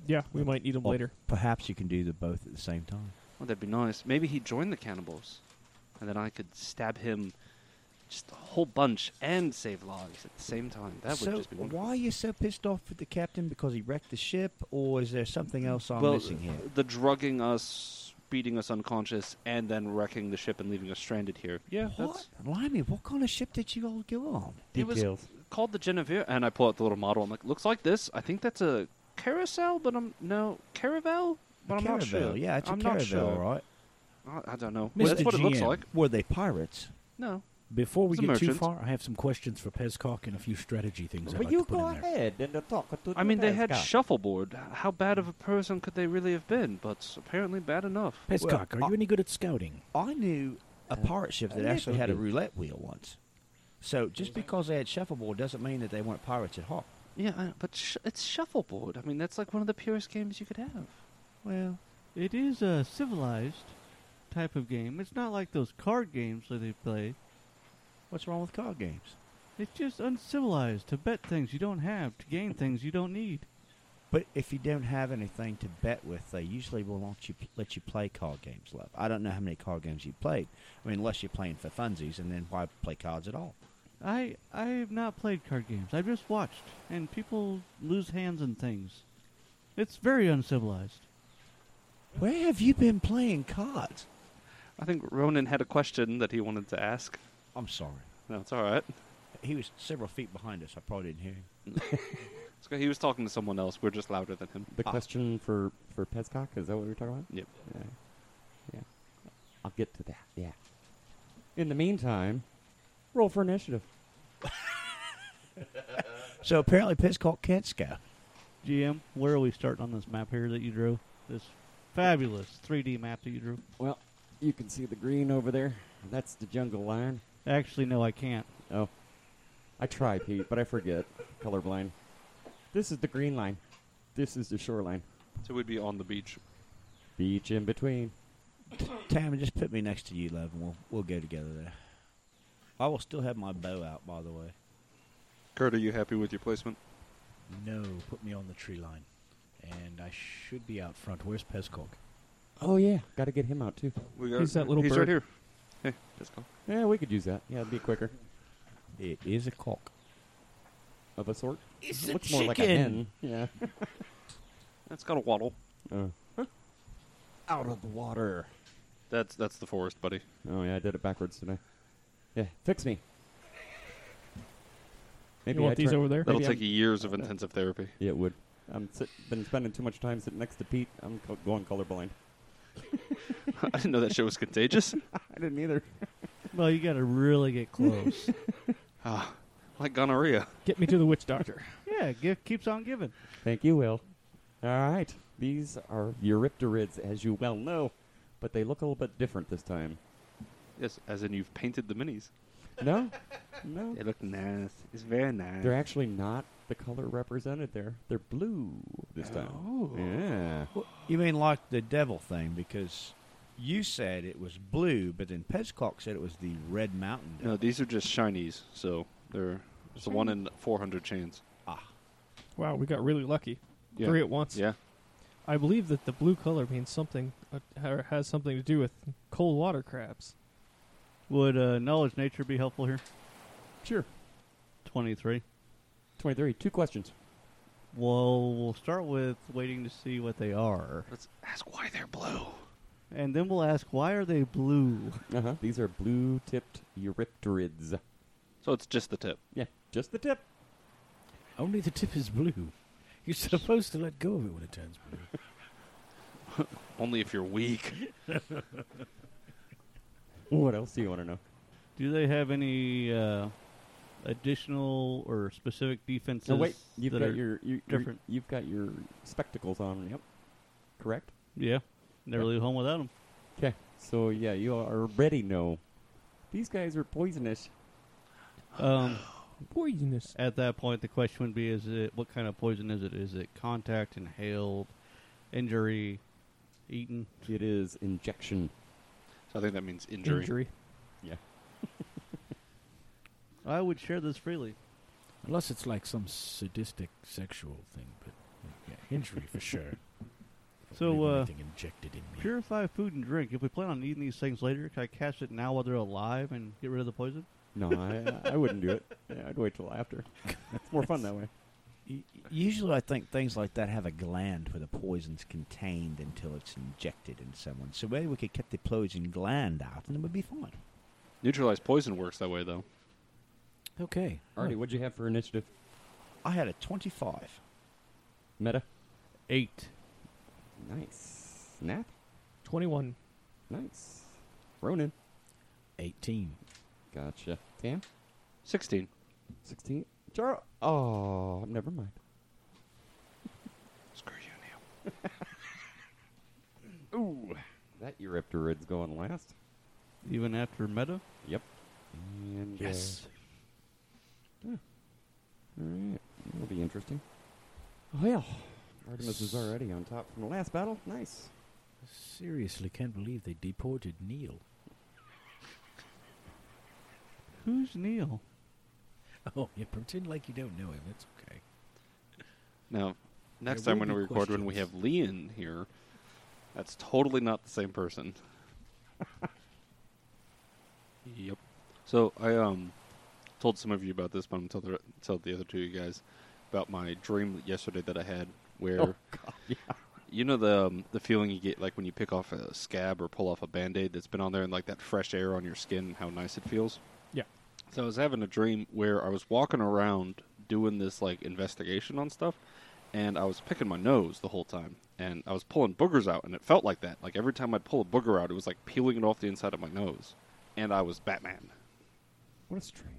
C: Yeah, we might need him
B: Well,
C: later.
B: Perhaps you can do the both at the same time.
D: Well, Oh, that'd be nice. Maybe he joined the cannibals, and then I could stab him just a whole bunch and save lives at the same time. That
B: so
D: would just be wonderful.
B: why are you so pissed off with the captain? Because he wrecked the ship, or is there something else I'm
D: well,
B: missing here?
D: the drugging us, beating us unconscious, and then wrecking the ship and leaving us stranded here. Yeah,
B: What?
D: that's
B: Limey, what kind of ship did you all go on?
D: It was-
A: Details.
D: called the Genevieve. And I pull out the little model. I'm like, looks like this. I think that's a carousel, but I'm no caravel. But I'm not
B: Caravel,
D: sure.
B: Yeah, it's
D: I'm
B: a
D: not sure.
B: caravel, right?
D: I, I don't know.
F: Mr.
D: that's what it looks
F: GM.
D: like.
B: Were they pirates?
D: No.
F: Before we
D: He's a
F: get too
D: merchant.
F: far, I have some questions for Pezcock and a few strategy things I'd
A: But
F: like
A: you
F: to put
A: go
F: in there.
A: ahead and uh, talk to
D: I mean, they had
A: Nebraska.
D: shuffleboard. H- How bad of a person could they really have been? But apparently bad enough.
F: Pezcock,
B: Well,
F: are
B: I-
F: you any good at scouting?
B: I knew a pirate ship that
A: a
B: actually
A: little
B: had Uh, a
A: bit.
B: roulette wheel once. So just because they had shuffleboard doesn't mean that they weren't pirates at heart.
D: Yeah, I, but sh- it's shuffleboard. I mean, that's like one of the purest games you could have.
B: Well,
E: It is a civilized type of game. It's not like those card games that they play.
B: what's wrong with card games?
E: It's just uncivilized to bet things you don't have, to gain things you don't need.
B: But if you don't have anything to bet with, they usually will not you let you play card games. Love. I don't know how many card games you played. I mean, unless you're playing for funsies, and then why play cards at all?
E: I I have not played card games. I've just watched, and people lose hands and things. It's very uncivilized.
B: Where have you been playing cards?
D: I think Ronan had a question that he wanted to ask.
B: I'm sorry.
D: No, it's all right.
B: He was several feet behind us. I probably didn't hear him.
D: It's okay. He was talking to someone else. We're just louder than him.
A: The
D: Ah,
A: question for for Pezcock is that what we were talking about?
D: Yep.
A: Yeah. yeah. I'll get to that. Yeah. In the meantime, roll for initiative.
B: So apparently, Piscock can't scout.
E: GM, where are we starting on this map here that you drew? This fabulous 3D map that you drew.
A: Well, you can see the green over there. That's the jungle line.
E: Actually, no, I can't.
A: Oh. I try, Pete, but I forget. Colorblind. This is the green line. This is the shoreline.
D: So we'd be on the beach.
A: Beach in between.
B: Tammy, just put me next to you, love, and we'll we'll go together there. I will still have my bow out, by the way.
D: Kurt, are you happy with your placement?
F: No, put me on the tree line. And I should be out front. Where's Pezcock?
A: Oh yeah, got to get him out too.
D: We got,
C: He's that little
D: He's right
C: bird.
D: here. Hey, let's go.
A: Yeah, we could use that. Yeah, it'd be quicker.
B: It is a cock.
A: Of a sort.
B: It's
A: Looks more like a hen. Yeah.
D: That's got a waddle.
A: Oh.
B: out of the water.
D: That's that's the forest, buddy.
A: Oh yeah, I did it backwards today. Yeah, fix me.
C: you want
A: I
C: these
A: try-
C: over there?
D: That'll
A: Maybe
D: take
A: I'm-
D: years of
A: Okay.
D: intensive therapy.
A: Yeah, it would. I'm sit, been spending too much time sitting next to Pete. I'm co- going colorblind.
D: I didn't know that show was contagious.
A: I didn't either.
E: Well, you got to really get close.
D: Ah, like gonorrhea.
C: Get me to the witch doctor.
E: yeah, gift keeps on giving.
A: Thank you, Will. All right, these are Eurypterids, as you well know, but they look a little bit different this time.
D: Yes, as in you've painted the minis.
A: No, no,
D: They look nice. It's very nice.
A: they're actually not the color represented there. They're blue this time.
D: Oh.
A: Yeah.
B: You mean like the devil thing? Because you said it was blue, but then Pezcock said it was the red mountain.
D: No,
F: Uh,
B: Devil.
D: these are just shinies, so they're it's a one in four hundred chance.
B: Ah,
C: Wow, we got really lucky.
D: Yeah.
C: Three at once.
D: Yeah.
C: I believe that the blue color means something, uh, or has something to do with cold water crabs.
E: Would uh, knowledge nature be helpful here?
A: Sure.
E: 23.
A: Twenty-three. Two questions.
E: Well, we'll start with waiting to see what they are.
D: Let's ask why they're blue.
E: And then we'll ask, why are they blue?
A: Uh-huh. These are blue-tipped Eurypterids.
D: So it's just the tip.
A: Yeah, just the tip.
F: Only the tip is blue. You're supposed to let go of it when it turns blue.
D: Only if you're weak.
A: What else do you want to know?
E: Do they have any uh, additional or specific defenses?
A: No, wait. You've
E: that
A: got
E: are-
A: your you,
E: different.
A: You've got your spectacles on. Yep. Correct.
E: Yeah. Never
A: Yeah.
E: leave home without them.
A: Okay. So yeah, you already know. These guys are poisonous.
E: Um,
C: Poisonous.
E: at that point, the question would be: Is it what kind of poison is it? Is it contact, inhaled, injury, eaten?
A: It is injection.
D: So I think that means injury.
C: Injury.
A: Yeah.
E: I would share this freely.
F: Unless it's like some sadistic sexual thing, but yeah, injury for sure.
E: So,
F: Maybe
E: uh,
F: anything injected in me.
E: Purify food and drink. If we plan on eating these things later, can I catch it now while they're alive and get rid of the poison?
A: No, I I wouldn't do it. Yeah, I'd wait till after. It's more fun that way.
B: U- usually I think things like that have a gland where the poison's contained until it's injected in someone. So maybe we could get the poison gland out, and it would be fine.
D: Neutralized poison works that way though.
F: Okay.
A: Artie, what'd you have for initiative?
B: I had a twenty-five.
A: Meta.
E: Eight.
A: Nice. Snap.
C: 21.
A: Nice. Ronan.
F: 18.
A: Gotcha. Dan?
D: 16.
A: 16? Jar. Oh, never mind.
D: Screw you,
A: Ooh. That Eurypterid's going last.
B: Even after meta?
A: Yep. And, uh, all right. Ah. That'll be interesting. Well, Oh, Artemis is already on top from the last battle. Nice.
F: Seriously, can't believe they deported Neil.
E: Who's Neil?
F: Oh, yeah, pretend like you don't know him. It's okay.
D: Neil. Now, next
F: There
D: time
F: will
D: when we
F: be
D: record, when we have
F: questions.
D: Lee in here, that's totally not the same person. yep. So I um told some of you about this, but I'm gonna tell the tell the other two of you guys about my dream yesterday that I had, where
F: Oh,
D: you know the um, the feeling you get like when you pick off a scab or pull off a band aid that's been on there, and like that fresh air on your skin, how nice it feels.
C: Yeah.
D: So I was having a dream where I was walking around doing this like investigation on stuff, and I was picking my nose the whole time, and I was pulling boogers out, and it felt like that. Like every time I'd pull a booger out, it was like peeling it off the inside of my nose, and I was Batman.
A: What a strange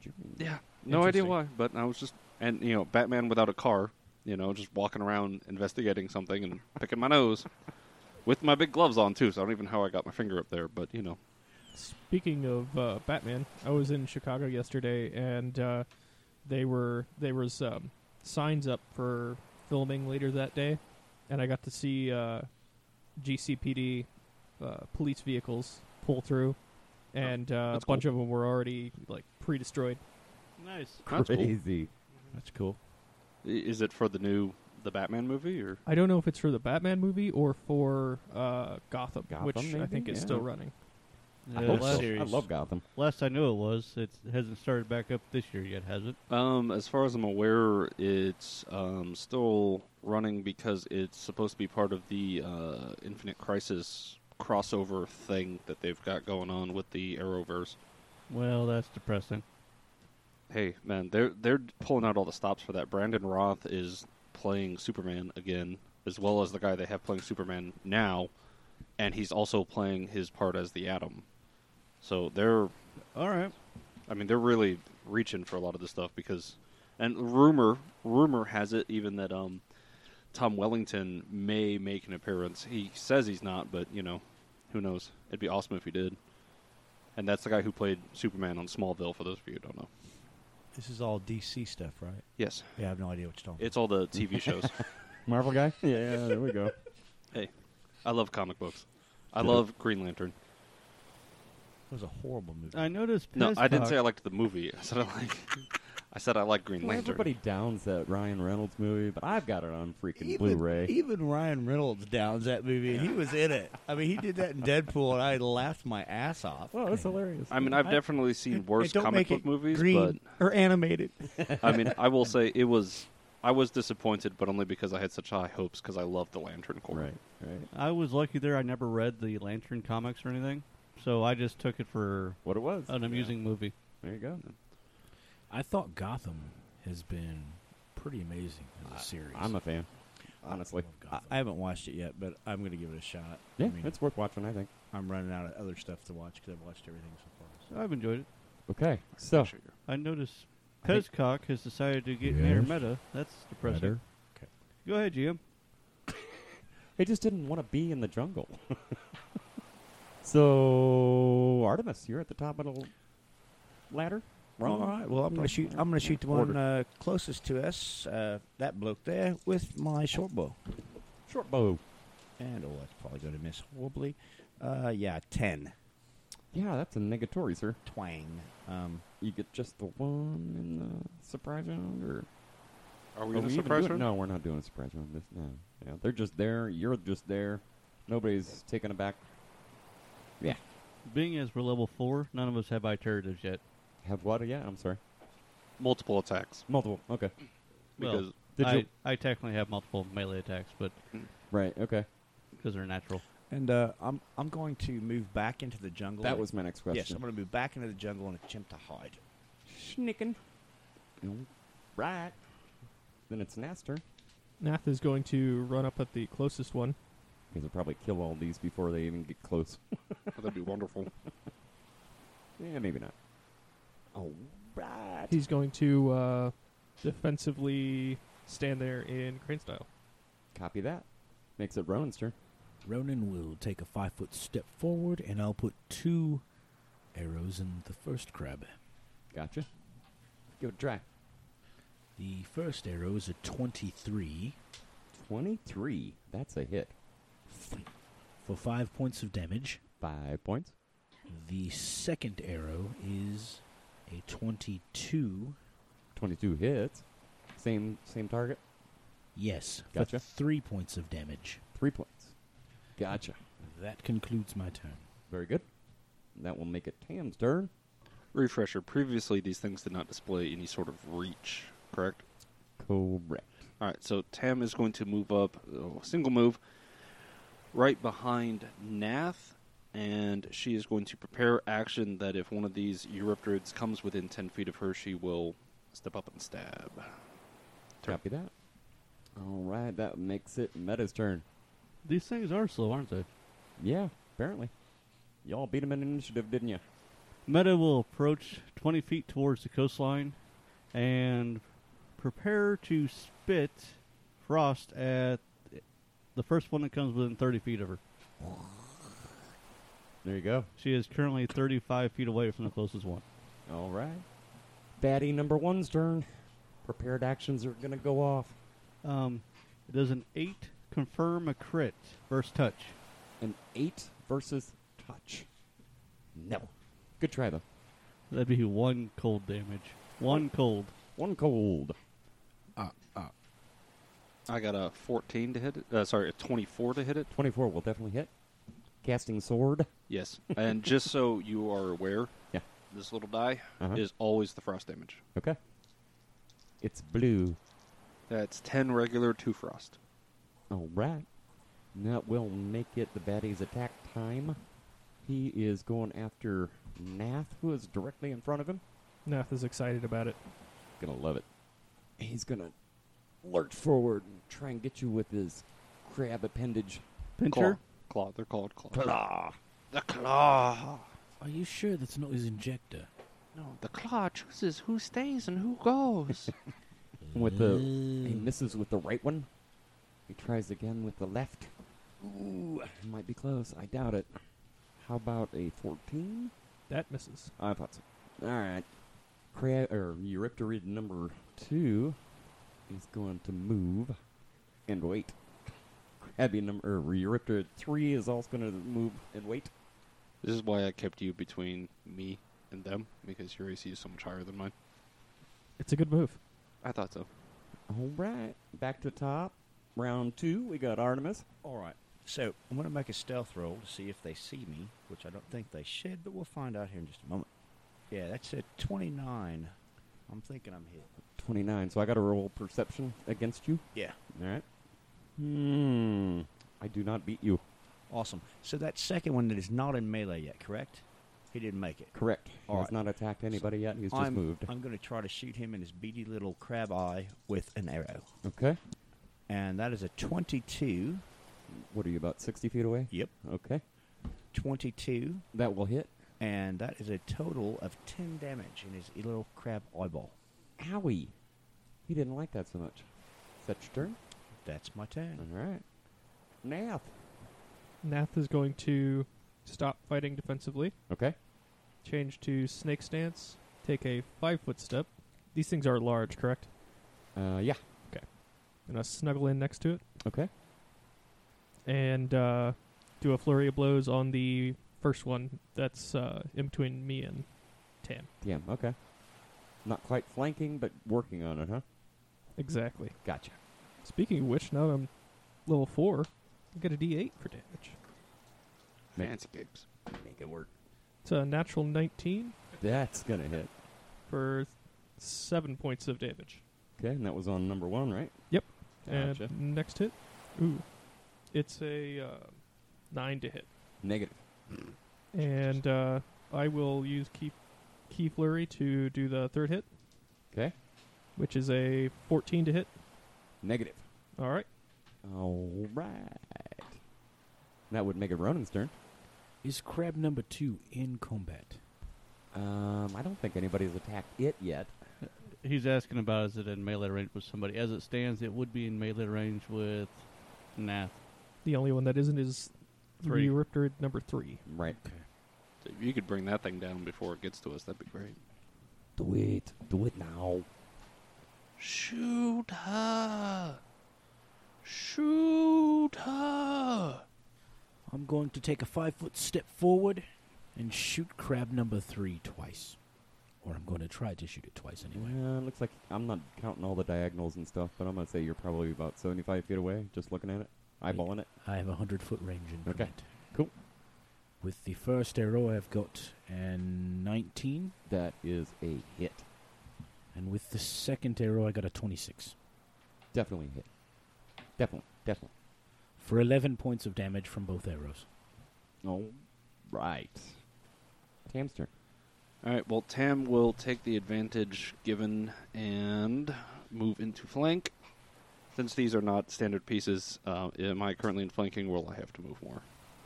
A: dream.
D: Yeah. No idea
F: Interesting.
D: why, but I was just and you know Batman without a car, you know, just walking around investigating something and picking my nose with my big gloves on too. So I don't even know how I got my finger up there, but you know,
C: Speaking of uh, Batman, I was in Chicago yesterday, and uh, they were there was um, signs up for filming later that day, and I got to see uh, GCPD uh, police vehicles pull through,
A: Oh,
C: and uh,
D: that's
C: a bunch
D: cool.
C: of them were already like pre-destroyed.
E: Nice.
D: that's cool.
A: Crazy.
F: That's cool.
D: I- Is it for the new the Batman movie or
C: I don't know if it's for the Batman movie or for uh, Gotham,
A: Gotham,
C: which I
A: maybe?
C: think is
A: Yeah.
C: still running.
A: I,
E: Yeah,
A: hope
E: Uh, last,
A: so. I love Gotham.
E: last I knew it was. It hasn't started back up this year yet, has it?
D: Um, as far as I'm aware, it's um, still running because it's supposed to be part of the uh, Infinite Crisis crossover thing that they've got going on with the Arrowverse.
E: Well, that's depressing.
D: Hey, man, they're they're pulling out all the stops for that. Brandon Roth is playing Superman again, as well as the guy they have playing Superman now, and he's also playing his part as the Atom. So they're
E: All right.
D: I mean, they're really reaching for a lot of this stuff because, and rumor rumor has it even that um, Tom Wellington may make an appearance. He says he's not, but you know, who knows? It'd be awesome if he did. And that's the guy who played Superman on Smallville. For those of you who don't know,
B: This is all DC stuff, right?
D: yes,
B: Yeah, I have no idea what you're talking
D: it's all the TV shows.
A: Marvel guy? Yeah, there we go.
D: hey, I love comic books. I love Green Lantern.
B: It was a horrible movie.
E: I noticed.
D: No, I didn't say I
E: Pisscock-
D: liked the movie. I said I like. I said I like Green
A: Well,
D: Lantern.
A: everybody downs that Ryan Reynolds movie, but I've got it on freaking
B: even,
A: Blu-ray.
B: Even Ryan Reynolds downs that movie, and he was in it. I mean, he did that in Deadpool, and I laughed my ass off.
A: oh, that's hilarious.
D: I mean, I've definitely seen worse
B: And don't
D: comic
B: make
D: book
B: it
D: movies, but
B: green or animated.
D: I mean, I will say it was. I was disappointed, but only because I had such high hopes because I loved the Lantern Corps.
A: right, right.
E: I was lucky there. I never read the Lantern comics or anything, so I just took it for
A: What it was.
E: an amusing movie.
A: There you go.
F: I thought Gotham has been pretty amazing as a series.
A: I'm a fan, honestly.
F: Love
B: I,
F: Gotham.
B: I haven't watched it yet, but I'm going to give it a shot.
A: Yeah,
B: I mean,
A: it's worth watching, I think.
B: I'm running out of other stuff to watch because I've watched everything so far. So.
E: I've enjoyed it.
A: Okay, so
D: Sure.
E: I noticed
A: I think-
E: Pezcock has decided to get
F: Yes.
E: near meta. That's depressing.
F: Okay.
E: Go ahead, GM.
A: they just didn't want to be in the jungle. so Artemis, you're at the top of the l- ladder.
B: All right. Well, I'm going to shoot. I'm going to shoot the one uh, closest to us, uh, that bloke there, with my short bow.
A: Short bow.
B: And oh, that's probably going to miss horribly. Uh, yeah, ten
A: Yeah, that's a negatory, sir.
B: twang. Um,
A: You get just the one in the surprise round, or
D: Are we
A: Are
D: in a
A: we even
D: surprise
A: doing-
D: round?
A: No, we're not doing a surprise round. This no, yeah, they're just there. You're just there. Nobody's taken aback. Yeah,
E: Being as we're level four, none of us have iteratives yet.
A: have what? Yeah, I'm sorry.
D: Multiple attacks
A: Multiple. Okay.
E: Well,
D: because
A: Did
E: I,
A: you?
E: I technically have multiple melee attacks, but
A: Right. Okay.
E: because they're natural.
B: and uh, I'm I'm going to move back into the jungle.
A: That was my next question.
B: yes. I'm going to move back into the jungle and attempt to hide.
A: Schnickin. Mm-hmm. Right. Then it's Naster.
C: Nath is going to run up at the closest one.
A: Because they'll probably kill all these before they even get close.
D: that'd be wonderful.
A: yeah, maybe not.
B: All right.
C: He's going to uh, defensively stand there in crane style.
A: Copy that. Makes it Rowan's turn.
F: Ronan will take a five foot step forward, and I'll put two arrows in the first crab.
A: Gotcha. Give it a try.
F: The first arrow is a 23
A: 23. That's a hit.
F: for five points of damage.
A: Five points.
F: The second arrow is a 22,
A: 22 hits. Same same target.
F: yes,
A: Gotcha.
F: for three points of damage.
A: Three points. Gotcha.
F: That concludes my turn.
A: Very good. That will make it Tam's turn.
D: Refresher. Previously, these things did not display any sort of reach, correct?
A: Correct.
D: All right, so Tam is going to move up, oh, single move, right behind Nath, and she is going to prepare action that if one of these Eurypterids comes within 10 feet of her, she will step up and stab. Turn.
A: Copy that. All right, that makes it Meta's turn.
E: These things are slow, aren't they?
A: Yeah, apparently. Y'all beat him in initiative, didn't you?
E: Meta will approach 20 feet towards the coastline and prepare to spit frost at the first one that comes within 30 feet of her.
A: There you go.
E: She is currently 35 feet away from the closest one.
A: All right. Batty number one's turn. Prepared actions are going to go off.
E: Um, does an 8 confirm a crit first touch?
A: An eight versus touch. No. Good try, though.
E: That'd be one cold damage. One cold.
A: One cold.
D: I got a 14 to hit it. Uh, sorry, a 24 to hit it.
A: 24 will definitely hit. Casting sword.
D: Yes. and just so you are aware,
A: Yeah.
D: this little die
A: Uh-huh.
D: is always the frost damage.
A: Okay. It's blue.
D: That's 10 regular, 2 frost.
A: All right. That will make it the baddie's attack time. He is going after Nath, who is directly in front of him.
C: Nath is excited about it.
A: Gonna love it. He's gonna lurch forward and try and get you with his crab appendage.
E: Pincher?
D: Claw. Claw. They're called claw.
A: Claw.
D: The claw.
F: Are you sure that's not his injector?
D: No, the claw chooses who stays and who goes.
A: With the he misses with the right one. He tries again with the left. Ooh, might be close. I doubt it. How about a fourteen?
C: That misses.
A: I thought so. All right. Crab or Eurypterid number two is going to move and wait. Crabby number or Eurypterid three is also going to move and wait.
D: This is why I kept you between me and them because your AC is so much higher than mine.
C: It's a good move.
D: I thought so.
A: All right, back to top. Round two, we got Artemis.
B: All right. So I'm going to make a stealth roll to see if they see me, which I don't think they should, but we'll find out here in just a moment. Yeah, that's a 29. I'm thinking I'm hit.
A: 29, so I got to roll perception against you.
B: Yeah.
A: All right. Hmm. I do not beat you.
B: Awesome. So that second one that is not in melee yet, correct? He didn't make it.
A: Correct. He
B: All
A: has
B: right.
A: not attacked anybody yet. He's just
B: I'm,
A: moved.
B: I'm going to try to shoot him in his beady little crab eye with an arrow.
A: okay.
B: And that is a 22.
A: What are you, about 60 feet away?
B: Yep.
A: Okay.
B: 22.
A: That will hit.
B: And that is a total of 10 damage in his little crab eyeball.
A: Owie. He didn't like that so much. Is that your turn?
B: That's my turn.
A: All right. Nath.
C: Nath is going to stop fighting defensively,
A: Okay.
C: change to snake stance, take a five foot step. These things are large, correct?
A: Uh, yeah.
C: And I snuggle in next to it
A: Okay.
C: and uh, do a flurry of blows on the first one that's uh, in between me and Tam.
A: Damn. Okay. Not quite flanking, but working on it, huh?
C: Exactly.
A: Gotcha.
C: Speaking of which, now that I'm level four, I get a D8 for damage.
A: Make-
D: Fancy cakes.
A: Make it work.
C: It's a natural 19
A: That's gonna hit.
C: for seven points of damage.
A: Okay, and that was on number one, right?
C: Yep.
A: Gotcha.
C: And next hit, ooh, it's a uh, nine to hit,
A: Negative.
C: and uh, I will use key key flurry to do the third hit,
A: Okay.
C: which is a 14 to hit.
A: Negative.
C: All right,
A: All right. That would make it Ronan's turn.
F: Is crab number two in combat?
A: Um, I don't think anybody's attacked it yet.
E: He's asking about is it in melee range with somebody. As it stands, it would be in melee range with Nath.
C: The only one that isn't is
E: Three.
C: Reoriptor number three.
A: Right.
D: If you could bring that thing down before it gets to us, that'd be great.
A: Do it. Do it now.
D: Shoot her! Shoot her!
F: I'm going to take a five foot step forward and shoot crab number three twice. Or I'm going to try to shoot it twice anyway.
A: Uh, looks like I'm not counting all the diagonals and stuff, but I'm gonna say you're probably about 75 feet away, just looking at it, eyeballing it.
F: I have a hundred foot range in
A: Okay.
F: command.
A: Cool.
F: With the first arrow, I've got an 19,
A: That is a hit.
F: and with the second arrow, I got a 26
A: Definitely a hit. Definitely. Definitely.
F: for 11 points of damage from both arrows.
A: All right. Tam's turn.
D: All right. Well, Tam will take the advantage given and move into flank. Since these are not standard pieces, uh, am I currently in flanking? Or will I have to move more?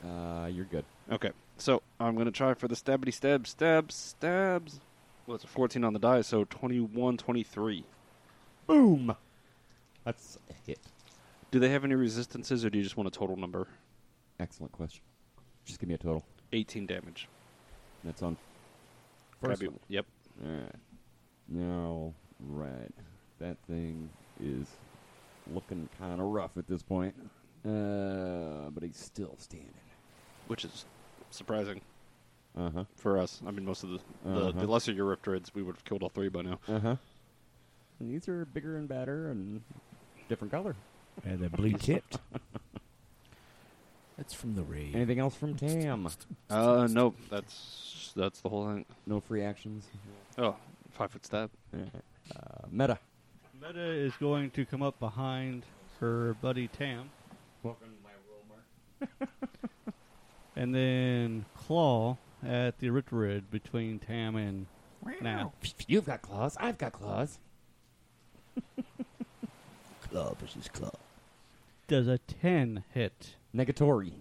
A: Uh, you're good.
D: Okay. So I'm gonna try for the stabby stab stab stabs. Well, it's a 14 on the die, so 21, 23.
A: Boom. That's a hit.
D: Do they have any resistances, or do you just want a total number?
A: Excellent question. Just give me a total.
D: 18 damage.
A: That's on
D: Gotta
A: first
D: be-
A: one.
D: Yep.
A: All right. Now, right. That thing is looking kind of rough at this point. Uh, but he's still standing.
D: Which is surprising
A: Uh huh.
D: for us. I mean, most of the the,
A: Uh-huh.
D: the lesser Eurypterids, we would have killed all three by now.
A: Uh huh. And these are bigger and badder and different color.
F: And they're blue tipped. That's from the raid.
A: Anything else from Tam?
D: Uh, no, that's that's the whole thing.
A: No free actions.
D: Oh, five foot stab.
A: Uh, meta.
E: Meta is going to come up behind her buddy Tam.
A: Welcome to my world, Mark.
E: and then claw at the Riptorid between Tam and now.
A: You've got claws. I've got claws.
B: Club versus club.
E: Does a ten hit?
A: Negatory.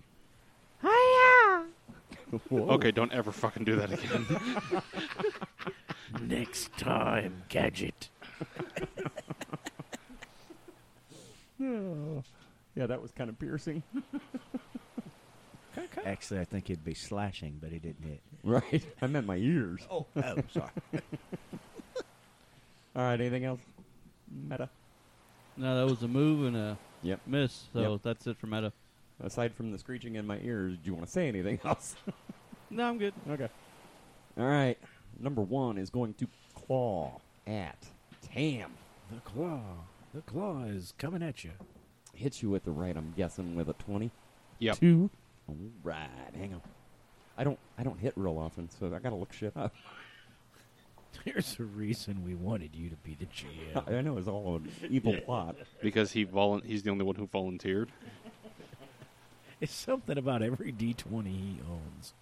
A: Hiya.
D: Okay, don't ever fucking do that again.
F: Next time, gadget.
A: Yeah, that was kind of piercing.
B: Actually, I think it'd be slashing, but it didn't hit.
A: Right. I meant my ears.
B: Oh, oh, sorry.
A: All right. Anything else? Meta.
E: No, that was a move and a
A: Yep.
E: miss. So
A: Yep.
E: that's it for meta.
A: Aside from the screeching in my ears, do you want to say anything else?
E: No, I'm good.
A: okay. All right. Number one is going to claw at Tam.
F: The claw. The claw is coming at you.
A: Hits you with the right. I'm guessing with a twenty.
D: yep.
A: Two. All right. Hang on. I don't. I don't hit real often, so I gotta look shit up.
F: There's a reason we wanted you to be the GM.
A: I know it's all an evil plot.
D: Because he volun- he's the only one who volunteered.
F: it's something about every D20 he owns.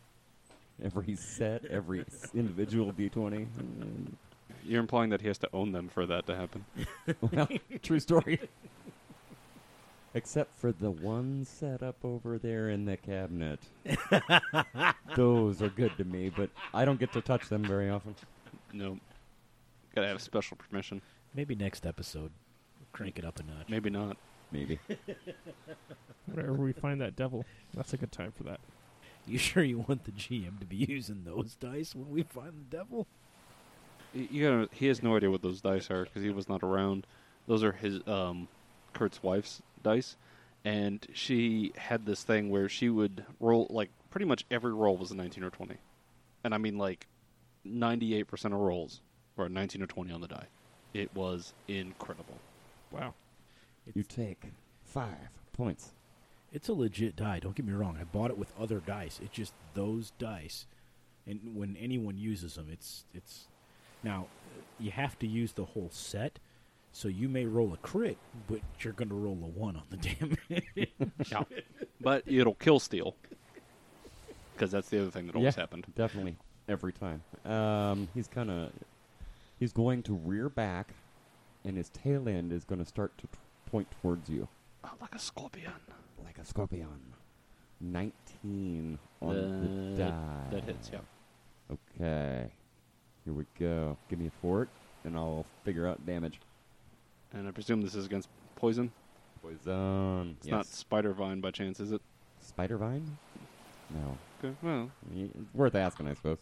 A: Every set, every s- individual D20. Mm.
D: You're implying that he has to own them for that to happen.
A: Well, true story. Except for the one set up over there in the cabinet. Those are good to me, but I don't get to touch them very often.
D: No. Gotta have special permission.
F: Maybe next episode, crank it up a notch.
D: Maybe not.
A: Maybe.
C: Whenever we find that devil, that's a good time for that.
F: You sure you want the GM to be using those dice when we find the devil?
D: Y- You gotta, he has no idea what those dice are because he was not around. Those are his um, Kurt's wife's dice, and she had this thing where she would roll like pretty much every roll was a 19 or 20, and I mean like 98 percent of rolls were a 19 or 20 on the die. It was incredible.
C: Wow.
A: You take five points.
F: It's a legit die. Don't get me wrong. I bought it with other dice. It's just those dice, and when anyone uses them, it's it's. Now, you have to use the whole set, so you may roll a crit, but you're going to roll a one on the damage.
D: Yeah. but it'll kill steal because that's the other thing that always
A: Yeah,
D: happened.
A: Definitely. Every time. Um, he's kind of. He's going to rear back, and his tail end is going to start to t- point towards you.
D: Oh, like a scorpion.
A: like a scorpion. 19 on the
D: That-
A: die.
D: That hits. Yeah.
A: Okay. Here we go. Give me a fort, and I'll figure out damage.
D: And I presume this is against poison.
A: Poison.
D: It's not spider vine by chance, is it?
A: Spider vine? No.
D: Okay. Well,
A: Y- Worth asking, I suppose.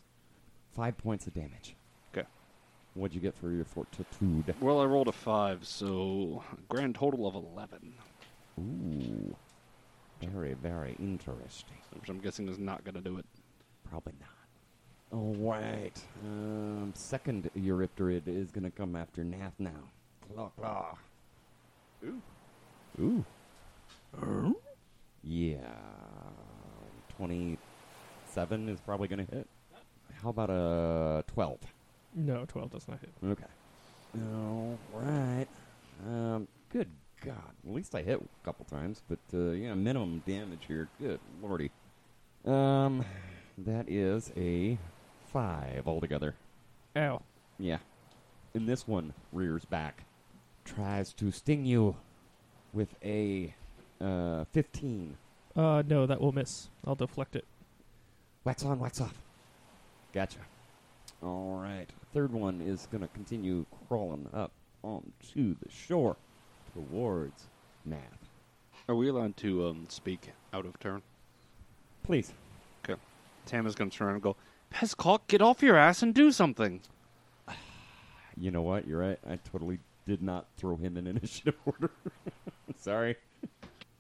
A: Five points of damage.
D: 'Kay.
A: What'd you get for your fortitude?
D: well, I rolled a five, so a grand total of eleven,
A: Ooh. Very, very interesting.
D: which I'm guessing is not going to do it.
A: Probably not. All right. Um, second Eurypterid is going to come after Nath now. Claw, claw. Ooh. Ooh. Yeah. 27 is probably going to hit. How about a 12?
C: No, 12 does not hit.
A: Okay. All right. Um, good God. At least I hit a couple times, but uh, yeah, minimum damage here. Good lordy. Um, that is a five altogether.
C: Ow.
A: Yeah. And this one rears back, tries to sting you with a uh, 15.
C: Uh, no, that will miss. I'll deflect it.
A: Wax on, wax off. Gotcha. All right. Third one is going to continue crawling up onto the shore towards Nath.
D: Are we allowed to um, speak out of turn?
A: Please.
D: Okay. Tama's going to turn around and go, Pezcock, get off your ass and do something.
A: You know what? You're right. I totally did not throw him in initiative order. Sorry.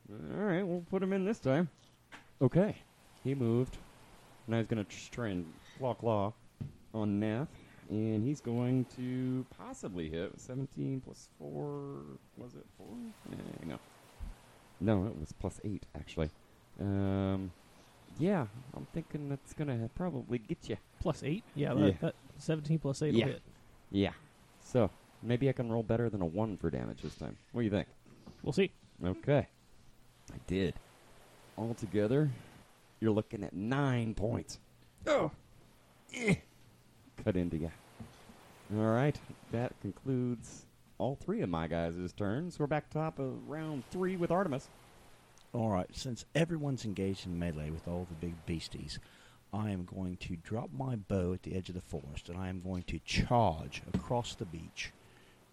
A: All right, we'll put him in this time. Okay. He moved. Now he's going to try and claw claw on Nath. And he's going to possibly hit with 17 plus 4. Was it 4? Eh, no. No, it was plus 8, actually. Um, yeah, I'm thinking that's going to probably get you.
C: Plus 8? Yeah,
A: Yeah.
C: That, that 17 plus 8
A: Yeah.
C: will hit.
A: Yeah. So maybe I can roll better than a one for damage this time. What do you think?
C: We'll see.
A: Okay. I did. Altogether, you're looking at nine points. Oh. Cut into you. All right. That concludes all three of my guys' turns. We're back top of round three with Artemis.
B: All right, since everyone's engaged in melee with all the big beasties, I am going to drop my bow at the edge of the forest and I am going to charge across the beach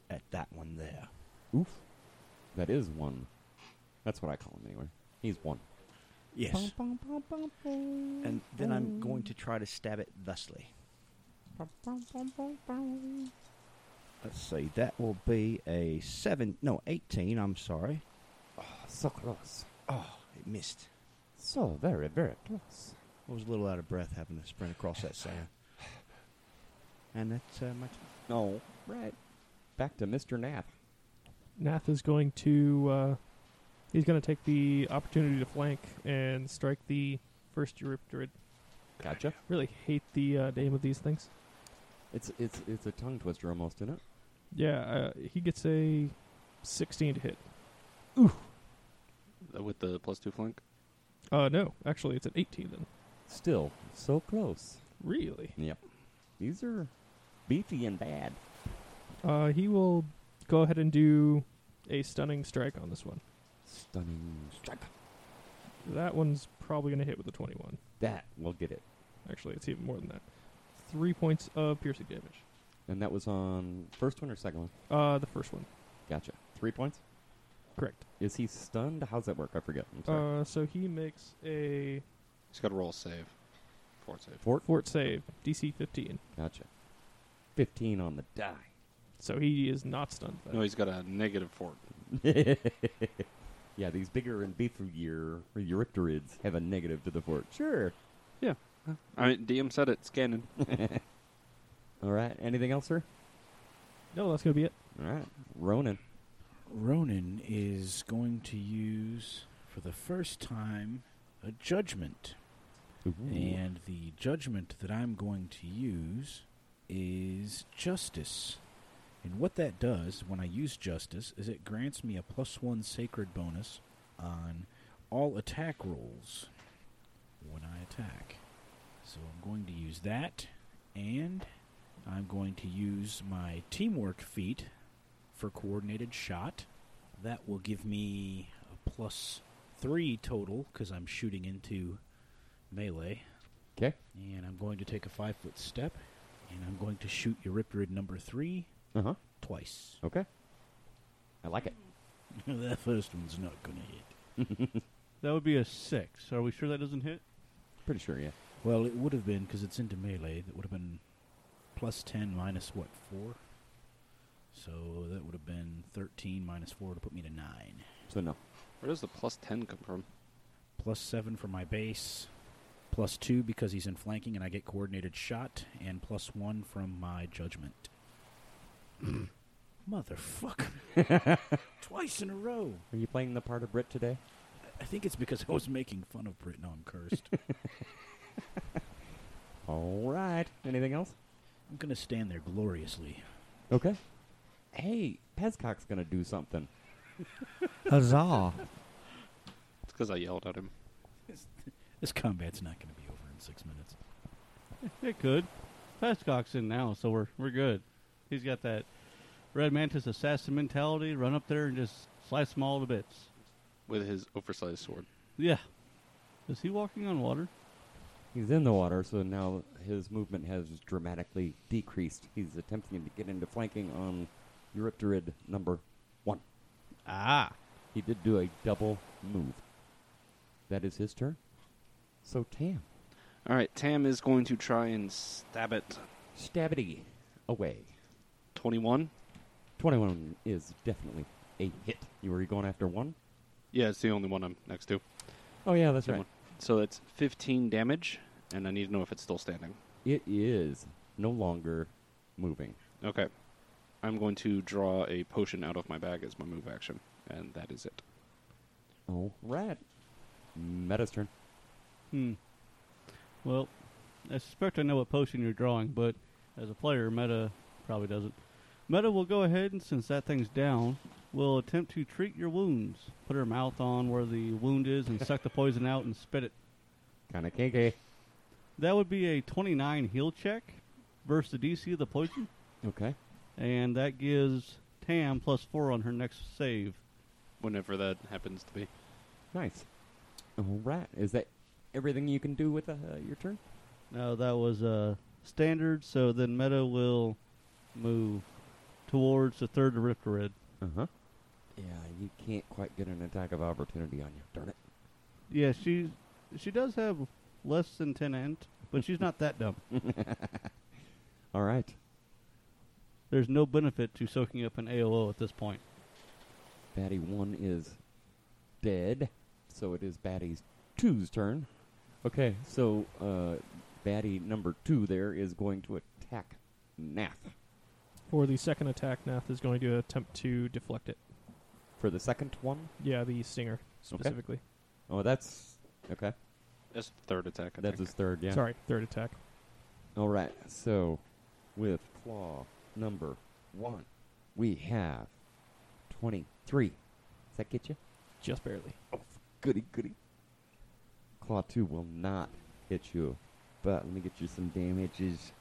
B: at that one there.
A: Oof. That is one. That's what I call him anyway. He's one.
B: Yes. And then I'm going to try to stab it thusly. Let's see, that will be a 7, no, 18, I'm sorry.
A: So close.
B: Oh, it missed.
A: So very, very close.
B: I was a little out of breath having to sprint across that sand. And that's uh, my turn.
A: No. Right. Back to Mr. Knapp.
C: Nath is going to. Uh, he's going to take the opportunity to flank and strike the first Eurypterid.
A: Gotcha.
C: Really hate the uh, name of these things.
A: It's it's it's a tongue twister almost, isn't it?
C: Yeah, uh, he gets a 16 to hit.
D: Uh, With the plus two flank?
C: Uh, no, actually, it's an 18 then.
A: Still, so close.
C: Really?
A: Yep. These are beefy and bad.
C: Uh, he will go ahead and do a stunning strike on this one.
A: Stunning strike.
C: That one's probably going to hit with a 21.
A: That will get it.
C: Actually, it's even more than that. Three points of piercing damage.
A: And that was on first one or second one?
C: Uh, the first one.
A: Gotcha. Three points?
C: Correct.
A: Is he stunned? How's that work? I forget. I'm sorry.
C: Uh, so he makes a
D: He's got to roll a save. Fort save.
A: Fort?
C: fort save, DC 15.
A: Gotcha. Fifteen on the die.
C: So he is not stunned. by
D: No,
C: that.
D: he's got a negative fort.
A: yeah, these bigger and beefier Eurypterids have a negative to the fort. Sure.
D: I mean, DM said it. Scanning.
A: All right. Anything else, sir?
C: No, that's going to be it.
A: All right. Ronan.
F: Ronan is going to use, for the first time, a judgment. And the judgment that I'm going to use is justice. And what that does when I use justice is it grants me a plus one sacred bonus on all attack rolls when I attack. So I'm going to use that, and I'm going to use my teamwork feat for coordinated shot. That will give me a plus three total because I'm shooting into melee.
A: Okay.
F: And I'm going to take a five foot step And I'm going to shoot Euripterid number three
A: Uh huh.
F: twice.
A: Okay. I like it.
F: that first one's not going to hit.
E: That would be a six. Are we sure that doesn't hit?
A: Pretty sure, yeah.
F: Well, it would have been because it's into melee. That would have been plus ten minus what four. So that would have been thirteen minus four to put me to nine.
A: So no.
D: Where does the plus ten come from?
F: Plus seven for my base. Plus two because he's in flanking and I get coordinated shot, and plus one from my judgment. Motherfucker! Twice in a row.
A: Are you playing the part of Brit today?
F: I think it's because I was making fun of Brit. No, I'm cursed.
A: All right. Anything else?
F: I'm gonna stand there gloriously.
A: Okay. Hey, Pezcock's gonna do something.
B: Huzzah!
D: It's because I yelled at him.
F: This combat's not gonna be over in six minutes.
E: It could. Fastcock's in now, so we're we're good. He's got that Red Mantis assassin mentality. Run up there and just slice them all to bits.
D: With his oversized sword.
E: Yeah. Is he walking on water?
A: He's in the water, so now his movement has dramatically decreased. He's attempting to get into flanking on Eurypterid number one.
E: Ah.
A: He did do a double move. That is his turn. So Tam,
D: Alright, Tam is going to try and stab it.
A: stabbity away.
D: Twenty one?
A: Twenty-one is definitely a hit. You were going after one?
D: Yeah, it's the only one I'm next to.
A: Oh yeah, that's
D: Good
A: right.
D: one. So it's fifteen damage, and I need to know if it's still standing.
A: It is no longer moving.
D: Okay. I'm going to draw a potion out of my bag as my move action, and that is it.
A: All right. Meta's turn.
E: Hmm. Well, I suspect I know what potion you're drawing, but as a player, Meta probably doesn't. Meta will go ahead and, since that thing's down, will attempt to treat your wounds. Put her mouth on where the wound is and suck the poison out and spit it.
A: Kind of kinky.
E: That would be a 29 heal check versus the DC of the poison,
A: Okay.
E: and that gives Tam plus four on her next save.
D: Whenever that happens to be.
A: Nice. All right. Is that everything you can do with uh, your turn?
E: Now that was uh, standard, so then Meta will move towards the third Riptorid.
A: Uh huh. Yeah, you can't quite get an attack of opportunity on you. Darn it.
E: Yeah, she she does have less than ten int, but she's not that dumb.
A: All right.
E: There's no benefit to soaking up an AOO at this point.
A: Batty 1 is dead, so it is Batty's 2's turn. Okay, so uh, Batty number 2 there is going to attack Nath
C: For the second attack, Nath is going to attempt to deflect it.
A: for the second one.
C: Yeah, the stinger specifically.
A: Oh, that's. Okay.
D: That's the third attack. I
A: That's
D: think.
A: his third, yeah.
C: Sorry, third attack.
A: All right, so with claw number 1, we have 23. Does that get you?
C: Just barely.
A: Goody, goody. Claw 2 will not hit you, but let me get you some damages.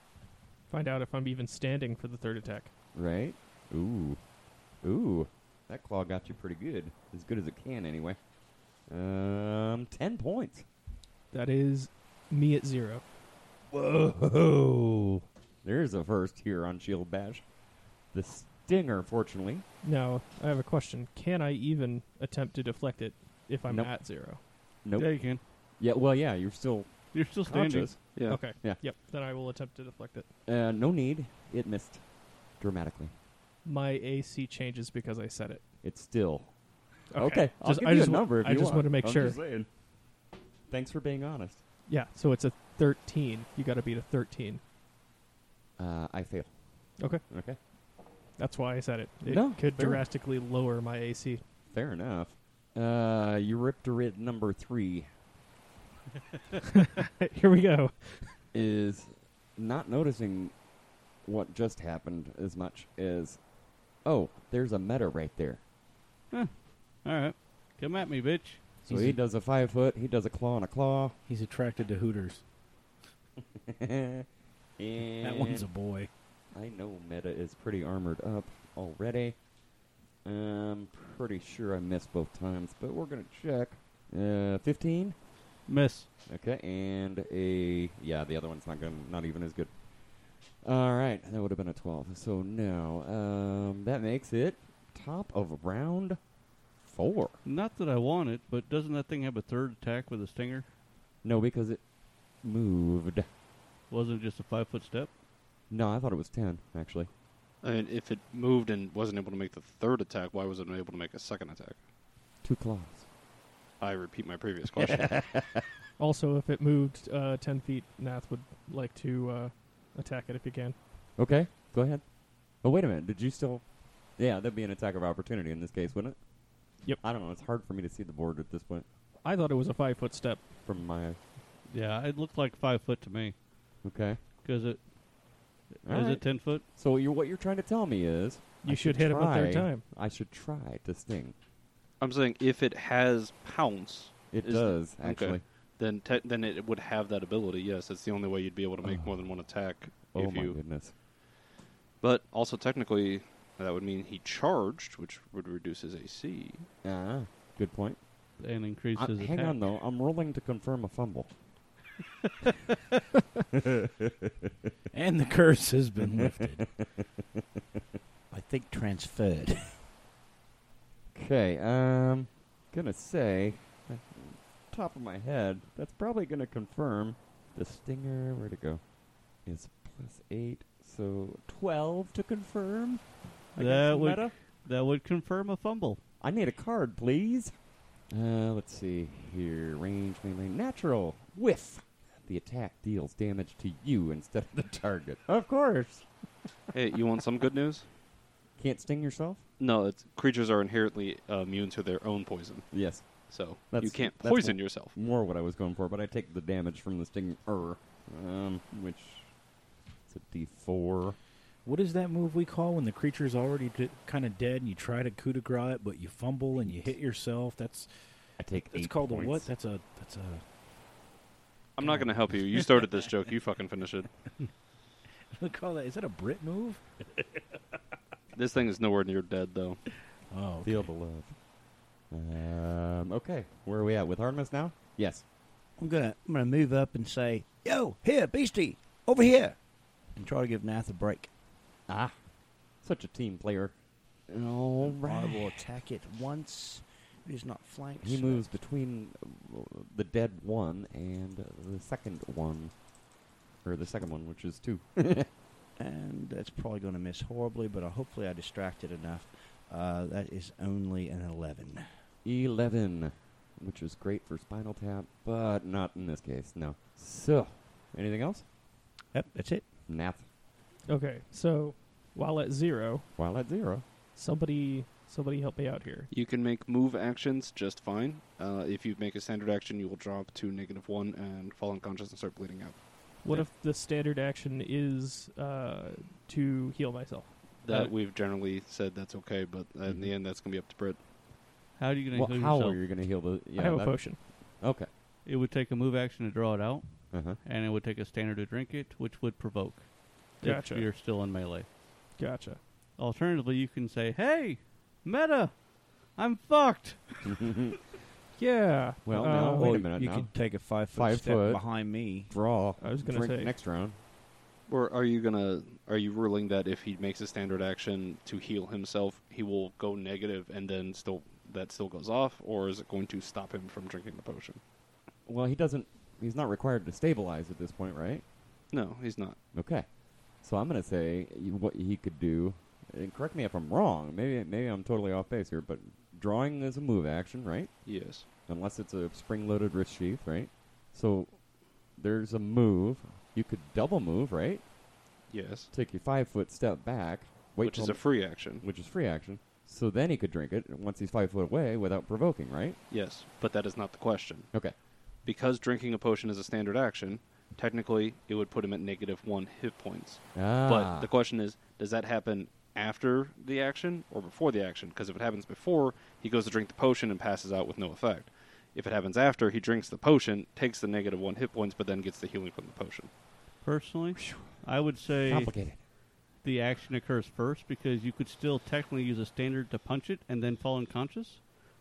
C: Find out if I'm even standing for the third attack.
A: Right? Ooh. Ooh. That claw got you pretty good. As good as it can, anyway. Um, 10 points.
C: That is me at zero.
A: Whoa. There's a first here on Shield E Bash. The Stinger, fortunately.
C: Now, I have a question. Can I even attempt to deflect it if I'm
A: Nope.
C: at zero?
A: Nope.
E: Yeah, you can.
A: Yeah, well, yeah, you're still
E: You're still standing.
A: conscious.
D: Yeah.
C: Okay.
A: Yeah.
C: Yep. Then I will attempt to deflect it.
A: Uh, no need. It missed dramatically.
C: My AC changes because I said it.
A: It's still. Okay. I'll
C: Just-
A: give
C: I
A: you
C: just
A: a
C: wa-
A: number if
C: I
A: you
C: just
A: want.
C: wanted to make
A: I'm
C: sure.
A: just saying. Thanks for being honest.
C: Yeah. So it's a 13. You got to beat a 13.
A: Uh, I fail.
C: Okay.
A: Okay.
C: That's why I said it. It
A: No,
C: could
A: fair.
C: drastically lower my AC.
A: Fair enough. Uh, Eurypterid number three
C: Here we go.
A: is not noticing what just happened as much as, oh, there's a meta right there.
E: All right, come at me, bitch.
A: So
F: He's
A: he
F: a-
A: does a five foot, he does a claw and a claw.
F: He's attracted to Hooters.
A: and
F: That one's a boy.
A: I know meta is pretty armored up already. I'm pretty sure I missed both times, but we're going to check. Uh, 15?
E: Miss.
A: Okay, and a yeah, the other one's not going not even as good. All right, that would have been a 12. So no, um, that makes it top of round four.
E: Not that I want it, but doesn't that thing have a third attack with a stinger?
A: No, because it moved.
E: Wasn't it just a five foot step?
A: No, I thought it was 10 actually.
D: And if it moved and wasn't able to make the third attack, why was it unable to make a second attack?
A: Two claws.
D: I repeat my previous question.
C: Also, if it moved uh, 10 feet, Nath would like to uh, attack it if he can.
A: Okay, go ahead. Oh wait a minute, did you still? Yeah, that'd be an attack of opportunity in this case, wouldn't it?
C: Yep.
A: I don't know. It's hard for me to see the board at this point
C: I thought it was a five foot step.
A: from my.
E: Yeah, it looked like five foot to me.
A: Okay.
E: Because it is
A: All right.
E: it ten foot?
A: So you're, what you're trying to tell me is
C: You
A: I
C: should hit him a third
A: try-
C: time.
A: I should try to sting.
D: I'm saying if it has pounce,
A: It
D: Is-
A: does
D: okay.
A: actually.
D: then te- then it would have that ability. Yes, it's the only way you'd be able to make more than one attack.
A: Ah. Oh
D: if
A: my
D: you,
A: goodness.
D: but also technically, that would mean he charged, which would reduce his AC.
A: Ah, good point.
E: And increases
A: Uh,
E: attack.
A: hang on though, I'm rolling to confirm a fumble.
F: And the curse has been lifted.
B: I think transferred.
A: Okay, um, gonna say, uh, top of my head, that's probably gonna confirm the stinger. Where'd it go? Is plus eight, so twelve to confirm. against
E: That would-
A: meta?
E: That would confirm a fumble.
A: I need a card, please. Uh, let's see here. Range mainly natural whiff. The attack deals damage to you instead of the target. Of course.
D: hey, you want some good news?
A: Can't sting yourself.
D: No, it's, creatures are inherently uh, immune to their own poison,
A: Yes.
D: so you
A: That's-
D: can't
A: that's
D: poison
A: wh-
D: yourself.
A: more what I was going for, but I take the damage from the stinger, um, which is a D4.
F: what is that move we call when the creature's already d- kind of dead and you try to coup de grace it, but you fumble and you hit yourself? That's
A: I take
F: that's
A: eight
F: called
A: points.
F: a what? That's a that's a
D: I'm not going to help you. You started this joke. You fucking finish it.
F: we call that. Is that a Brit move?
D: This thing is nowhere near dead, though.
F: Oh,
A: Feel the love. Um, okay, where are we at with hardness now? Yes.
B: I'm gonna I'm gonna move up and say, "Yo, here, Beastie, over here," and try to give Nath a break.
A: Ah, such a team player. All
B: I
A: right.
B: will attack it once. It is not flanked.
A: He
B: so-
A: moves between uh, the dead one and the second one, or the second one, which is two.
B: and that's probably going to miss horribly. But I, hopefully, I distracted enough. Uh, that is only an eleven.
A: 11, which is great for Spinal Tap, but not in this case, no. So, anything else?
B: Yep, that's it.
A: Nath,
C: Okay, so while at zero,
A: while at zero.
C: somebody somebody help me out here.
D: You can make move actions just fine. Uh, if you make a standard action, you will drop to negative one and fall unconscious and start bleeding out.
C: What if the standard action is uh, to heal myself?
D: That
E: Uh,
D: we've generally said that's okay, but in the end, that's going to be up to Britt.
E: How are you gonna
A: Well,
E: heal
A: how
E: yourself?
A: are you going to heal the. Yeah,
C: I have a
A: that-
C: potion.
A: Okay.
E: It would take a move action to draw it out,
A: Uh-huh.
E: and it would take a standard to drink it, which would provoke.
C: Gotcha.
E: If you're still in melee.
C: Gotcha.
E: Alternatively, you can say, "Hey, meta, I'm fucked."
C: Yeah.
A: Uh-huh. Well,
C: uh,
A: now, wait a minute
B: you
A: now.
B: could take a five foot
A: Five
B: step
A: foot.
B: behind me.
A: Draw.
C: I was gonna
A: Drink
C: say-
A: Next round.
D: Or are you gonna? Are you ruling that if he makes a standard action to heal himself, he will go negative and then still that still goes off, or is it going to stop him from drinking the potion?
A: Well, he doesn't. He's not required to stabilize at this point, right?
D: No, he's not.
A: Okay. So I'm going to say y- what he could do. And correct me if I'm wrong. Maybe maybe I'm totally off base here, but drawing is a move action, right?
D: Yes.
A: unless it's a spring-loaded wrist sheath, right? So there's a move. You could double move, right?
D: Yes.
A: Take your five-foot step back. Wait
D: Which is
A: till-
D: a free action.
A: which is free action. So then he could drink it once he's five foot away without provoking, right?
D: Yes, but that is not the question.
A: Okay.
D: Because drinking a potion is a standard action, technically it would put him at negative one hit points.
A: Ah.
D: But the question is, does that happen after the action or before the action? Because if it happens before, he goes to drink the potion and passes out with no effect. If it happens after, he drinks the potion, takes the negative one hit points, but then gets the healing from the potion.
E: Personally, I would say
A: complicated.
E: the action occurs first because you could still technically use a standard to punch it and then fall unconscious.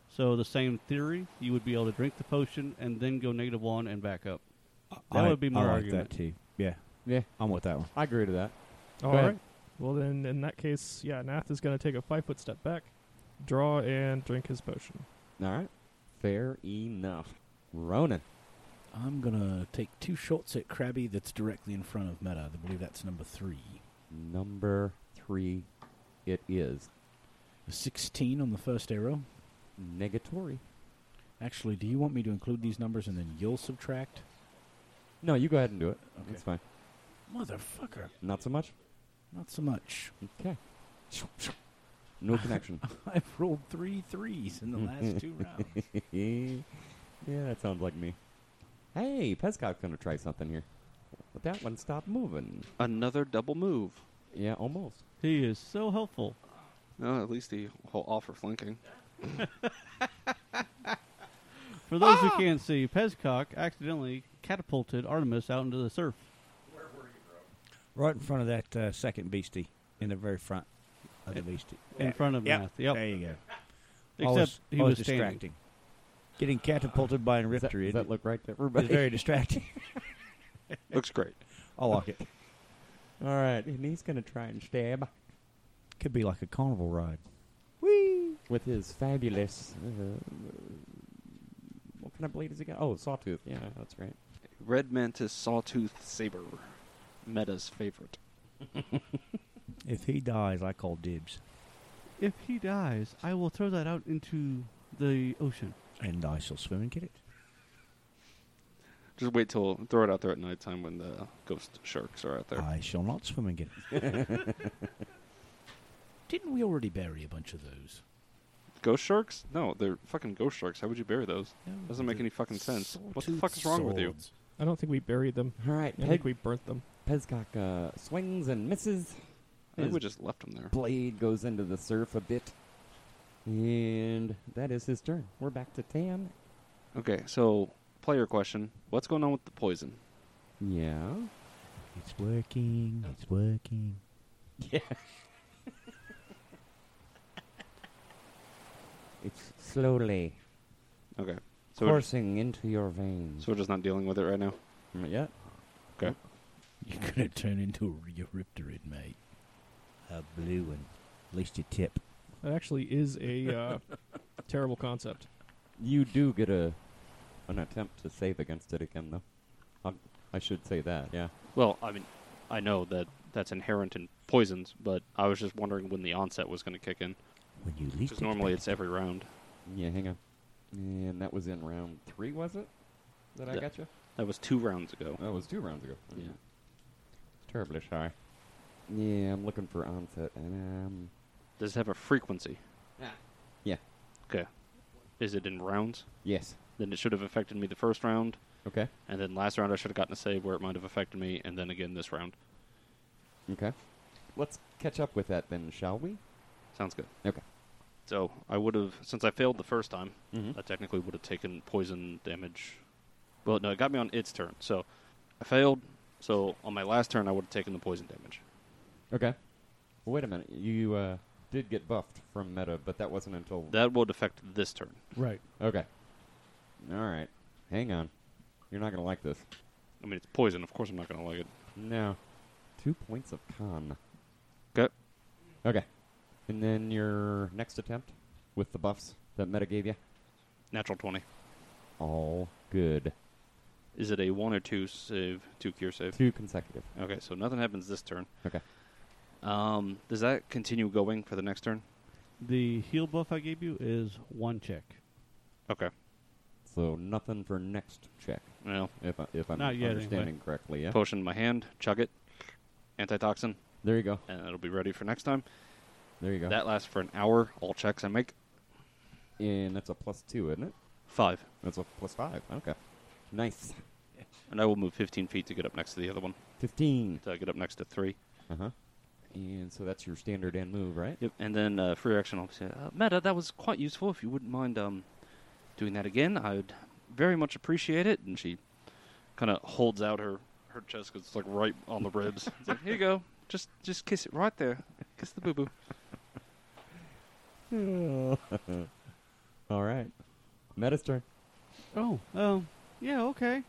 E: So the same theory, you would be able to drink the potion and then go negative one and back up. That
B: I-
E: would be my
B: I like
E: argument.
B: That too. Yeah,
A: Yeah,
B: I'm with that one.
A: I agree to that.
C: All
A: ahead.
C: right. Well, then, in that case, yeah, Nath is going to take a five foot step back, draw, and drink his potion.
A: All right. Fair enough. Ronan.
F: I'm gonna take two shots at Krabby that's directly in front of Meta. I believe that's number three.
A: Number three, it is
F: A 16 on the first arrow.
A: negatory.
F: Actually, do you want me to include these numbers and then you'll subtract?
A: No, you go ahead and do it.
F: Okay.
A: It's fine.
F: Motherfucker.
A: Not so much.
F: Not so much.
A: Okay. No connection.
F: I've rolled three threes in the last two rounds.
A: yeah, that sounds like me. Hey, Pescott's gonna try something here. But that one stopped moving.
D: Another double move.
A: Yeah, almost.
E: He is so helpful.
D: No, at least he will offer flanking.
E: For those who can't see, Pezcock accidentally catapulted Artemis out into the surf.
B: Right in front of that uh, second beastie, in the very front of the beastie.
E: In front of
B: yep.
E: Nath, yep.
B: There you go.
E: Except
B: Always-
E: he
B: always
E: was standing.
B: distracting. Getting catapulted by an
A: Does that,
B: riptor
A: does
B: is
A: that look right to
B: it's
A: everybody?
B: very distracting.
D: Looks great.
B: I like it.
A: All right, and he's gonna try and stab
B: Could be like a carnival ride.
A: with his fabulous. Uh, what kind of blade has he got? Oh, sawtooth. Yeah, that's right.
D: Red Mantis Sawtooth Saber. Meta's favorite.
B: If he dies, I call dibs
E: If he dies, I will throw that out into the ocean.
B: and I shall swim and get it.
D: Just wait till throw it out there at nighttime when the ghost sharks are out there.
B: I shall not swim and get it.
F: Didn't we already bury a bunch of those?
D: Ghost sharks? No, they're fucking ghost sharks. How would you bury those?
F: No,
D: Doesn't make
F: the
D: any fucking sense. What the
F: sawtooth
D: fuck is wrong with you?
F: swords.
C: I don't think we buried them.
A: All right,
C: I think
A: Peg-
C: we burnt them.
A: Pezcock uh, swings and misses.
D: I think
A: His
D: we just left them there.
A: blade goes into the surf a bit. And that is his turn. We're back to Tam.
D: Okay, so player question: What's going on with the poison?
A: Yeah.
B: It's working. It's working.
A: Yeah. it's slowly
D: Okay, so we're,
A: coursing into your veins.
D: so we're just not dealing with it right now.
A: Mm, yeah.
F: You're gonna turn into a Rheoripterid, mate.
B: A blue one. At least your tip.
C: That actually is a uh, terrible concept.
A: You do get a an attempt to save against it again, though. i I should say that, yeah.
D: Well, I mean, I know that that's inherent in poisons, but I was just wondering when the onset was going to kick in.
B: When you least
D: Because normally it's
B: expect
D: every round.
A: Yeah, hang on. And that was in round three, was it? That I
D: Yeah.
A: got you?
D: That was two rounds ago.
A: That was two rounds ago.
D: Yeah.
A: Terribly shy. Yeah, I'm looking for onset, and um,
D: Does it have a frequency?
A: yeah,
D: Okay. Is it in rounds?
A: yes,
D: Then it should have affected me the first round,
A: okay,
D: and then last round I should have gotten a save where it might have affected me, and then again this round.
A: okay. Let's catch up with that then, shall we?
D: Sounds good.
A: Okay.
D: So I would have, since I failed the first time,
A: Mhm.
D: I technically would have taken poison damage. Well, no, it got me on its turn. So I failed. So on my last turn, I would have taken the poison damage.
A: Okay. Well, wait a minute. You uh, did get buffed from meta, but that wasn't until
D: That would affect this turn.
C: Right.
A: okay. All right, hang on. You're not gonna like this.
D: I mean, it's poison. Of course, I'm not going to like it.
A: No. Two points of con.
D: Okay.
A: Okay. And then your next attempt with the buffs that meta gave you.
D: Natural 20.
A: All good.
D: Is it a one or two save, two cure save?
A: Two consecutive.
D: Okay, so nothing happens this turn.
A: Okay.
D: Um, does that continue going for the next turn?
E: The heal buff I gave you is one check.
D: Okay.
A: So nothing for next check,
D: Well,
A: if I, if I'm
E: Not yet, anyway.
A: understanding correctly. Yeah.
D: potion in my hand, chug it, antitoxin,
A: There you go.
D: and it'll be ready for next time.
A: There you go.
D: That lasts for an hour. All checks I make,
A: and that's a plus two, isn't it?
D: five.
A: That's a plus five. Okay. Nice.
D: And I will move 15 feet to get up next to the other one.
A: Fifteen.
D: To get up next to three.
A: Uh huh. And so that's your standard end move, right?
D: Yep. And then uh, free action, I'll say, uh, Meta, that was quite useful. If you wouldn't mind um, doing that again, I would very much appreciate it. And she kind of holds out her, her chest because it's like right on the ribs. It's like, here you go. Just just kiss it right there. Kiss the boo boo.
A: All right. Meta's turn.
E: Oh, um, yeah, okay.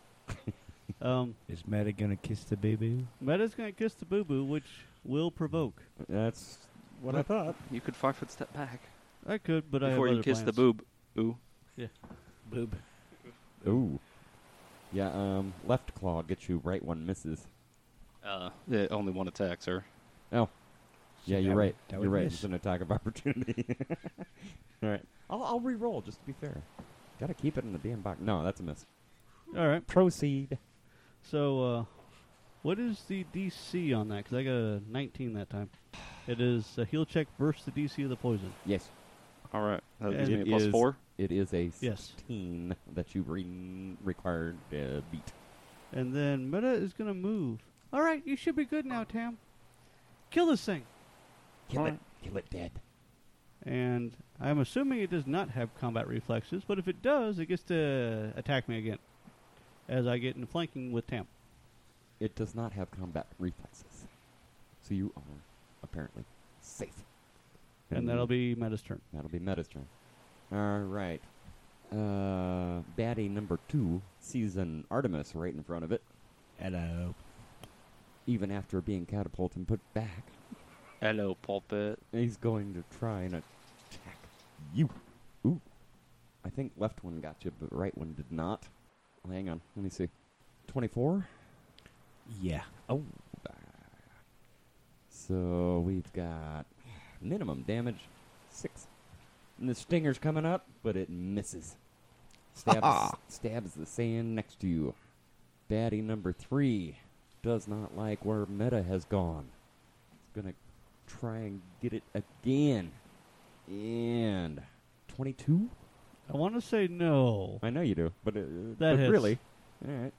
E: um,
B: Is Meta gonna kiss the baby?
E: Meta's gonna kiss the boo boo, which will provoke.
A: That's what I thought.
D: You could five foot step back
E: I could, but I have
D: before you
E: other
D: kiss the
E: plans.
D: boob. Ooh.
F: Boob.
A: Ooh. Yeah, um, left claw gets you, right one misses.
D: Uh, yeah, only one attack, sir.
A: Oh. Yeah,
B: that
A: you're
B: would-
A: right.
B: that
A: you're
B: would
A: right.
B: miss.
A: It's an attack of opportunity. All right. I'll, I'll re-roll just to be fair. Got to keep it in the damn box. No, that's a miss.
E: All right.
A: Proceed.
E: So, uh, what is the DC on that? Because I got a 19 that time. It is a heal check versus the DC of the poison.
A: Yes,
D: All right. That
E: And
D: gives me a
A: it
D: plus
A: is-
D: four.
A: it is a
E: Yes.
A: 16 that you re- required uh, beat.
E: And then Meta is going to move. All right, you should be good now, Tam. Kill this thing.
A: Kill
D: Alright.
A: it. Kill it dead.
E: And I'm assuming it does not have combat reflexes, but if it does, it gets to attack me again as I get in flanking with Tam.
A: It does not have combat reflexes, so you are apparently safe.
D: Mm-hmm.
E: And that'll be Meta's turn.
A: that'll be Meta's turn. All right. Uh, baddie number two sees an Artemis right in front of it,
F: Hello.
A: even after being catapulted and put back.
D: Hello, pulpit.
A: He's going to try and attack you. Ooh. I think left one got you, but right one did not. Oh, hang on. Let me see. 24?
F: Yeah.
A: Oh. bah. So we've got minimum damage, six. And the stinger's coming up, but it misses. Stabs, stabs the sand next to you. Baddie number three does not like where Meta has gone. It's gonna try and get it again. And 22?
E: I want to say no.
A: I know you do, but, it,
E: That
A: but
E: hits.
A: really, all right.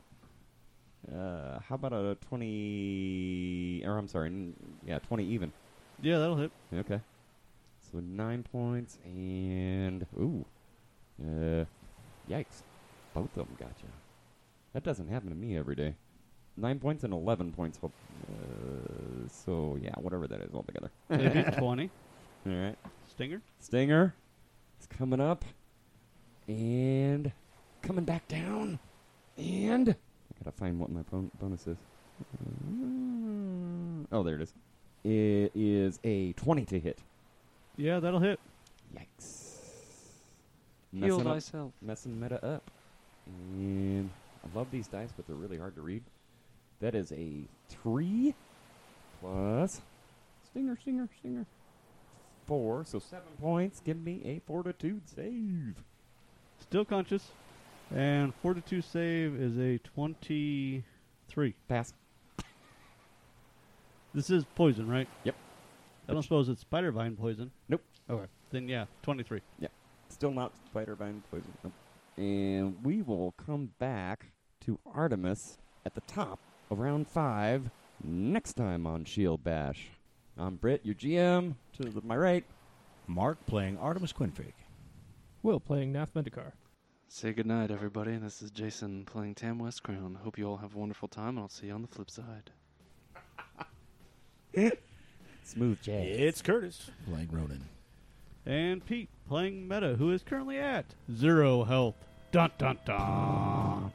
A: Uh, how about a twenty? Or I'm sorry, n- yeah, twenty even.
E: Yeah, that'll hit.
A: Okay, so nine points and ooh, uh, yikes, both of them got you. That doesn't happen to me every day. Nine points and eleven points. ho- Uh, so yeah, whatever that is altogether.
E: They beat 20.
A: All right.
E: Stinger.
A: Stinger is coming up and coming back down. And I gotta find what my bon- bonus is. Uh, Oh, there it is. It is a 20 to hit.
E: Yeah, that'll hit.
A: Yikes.
D: Heal
A: Messing, up,
D: thyself.
A: messing meta up. And I love these dice, but they're really hard to read. That is a 3 plus. Stinger, stinger, stinger. 4, so 7 points. Give me a fortitude save.
E: Still conscious. And fortitude save is a 23.
A: Pass.
E: This is poison, right?
A: Yep.
E: I don't suppose it's spider vine poison.
A: Nope.
E: Okay. Then yeah, 23.
A: Still not spider vine poison. Nope. And we will come back to Artemis at the top of round five next time on Shield Bash. I'm Britt, your GM. To the- my right,
B: Mark playing Artemis Quinfig.
C: Will playing Nath Mendikar.
D: Say goodnight, everybody. This is Jason playing Tam West Crown. Hope you all have a wonderful time, and I'll see you on the flip side.
A: Smooth Jazz.
F: It's Curtis. Playing Ronan.
E: And Pete playing meta, who is currently at zero health. Dun dun dun.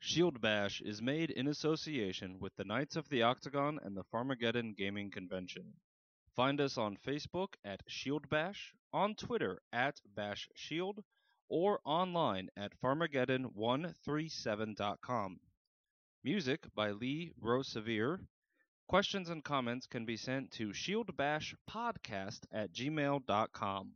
G: Shield Bash is made in association with the Knights of the Octagon and the Farmageddon Gaming Convention. Find us on Facebook at Shield Bash, on Twitter at Bash Shield, or online at Farmageddon137.com. Music by Lee Rosevere. Questions and comments can be sent to shieldbashpodcast at gmail.com.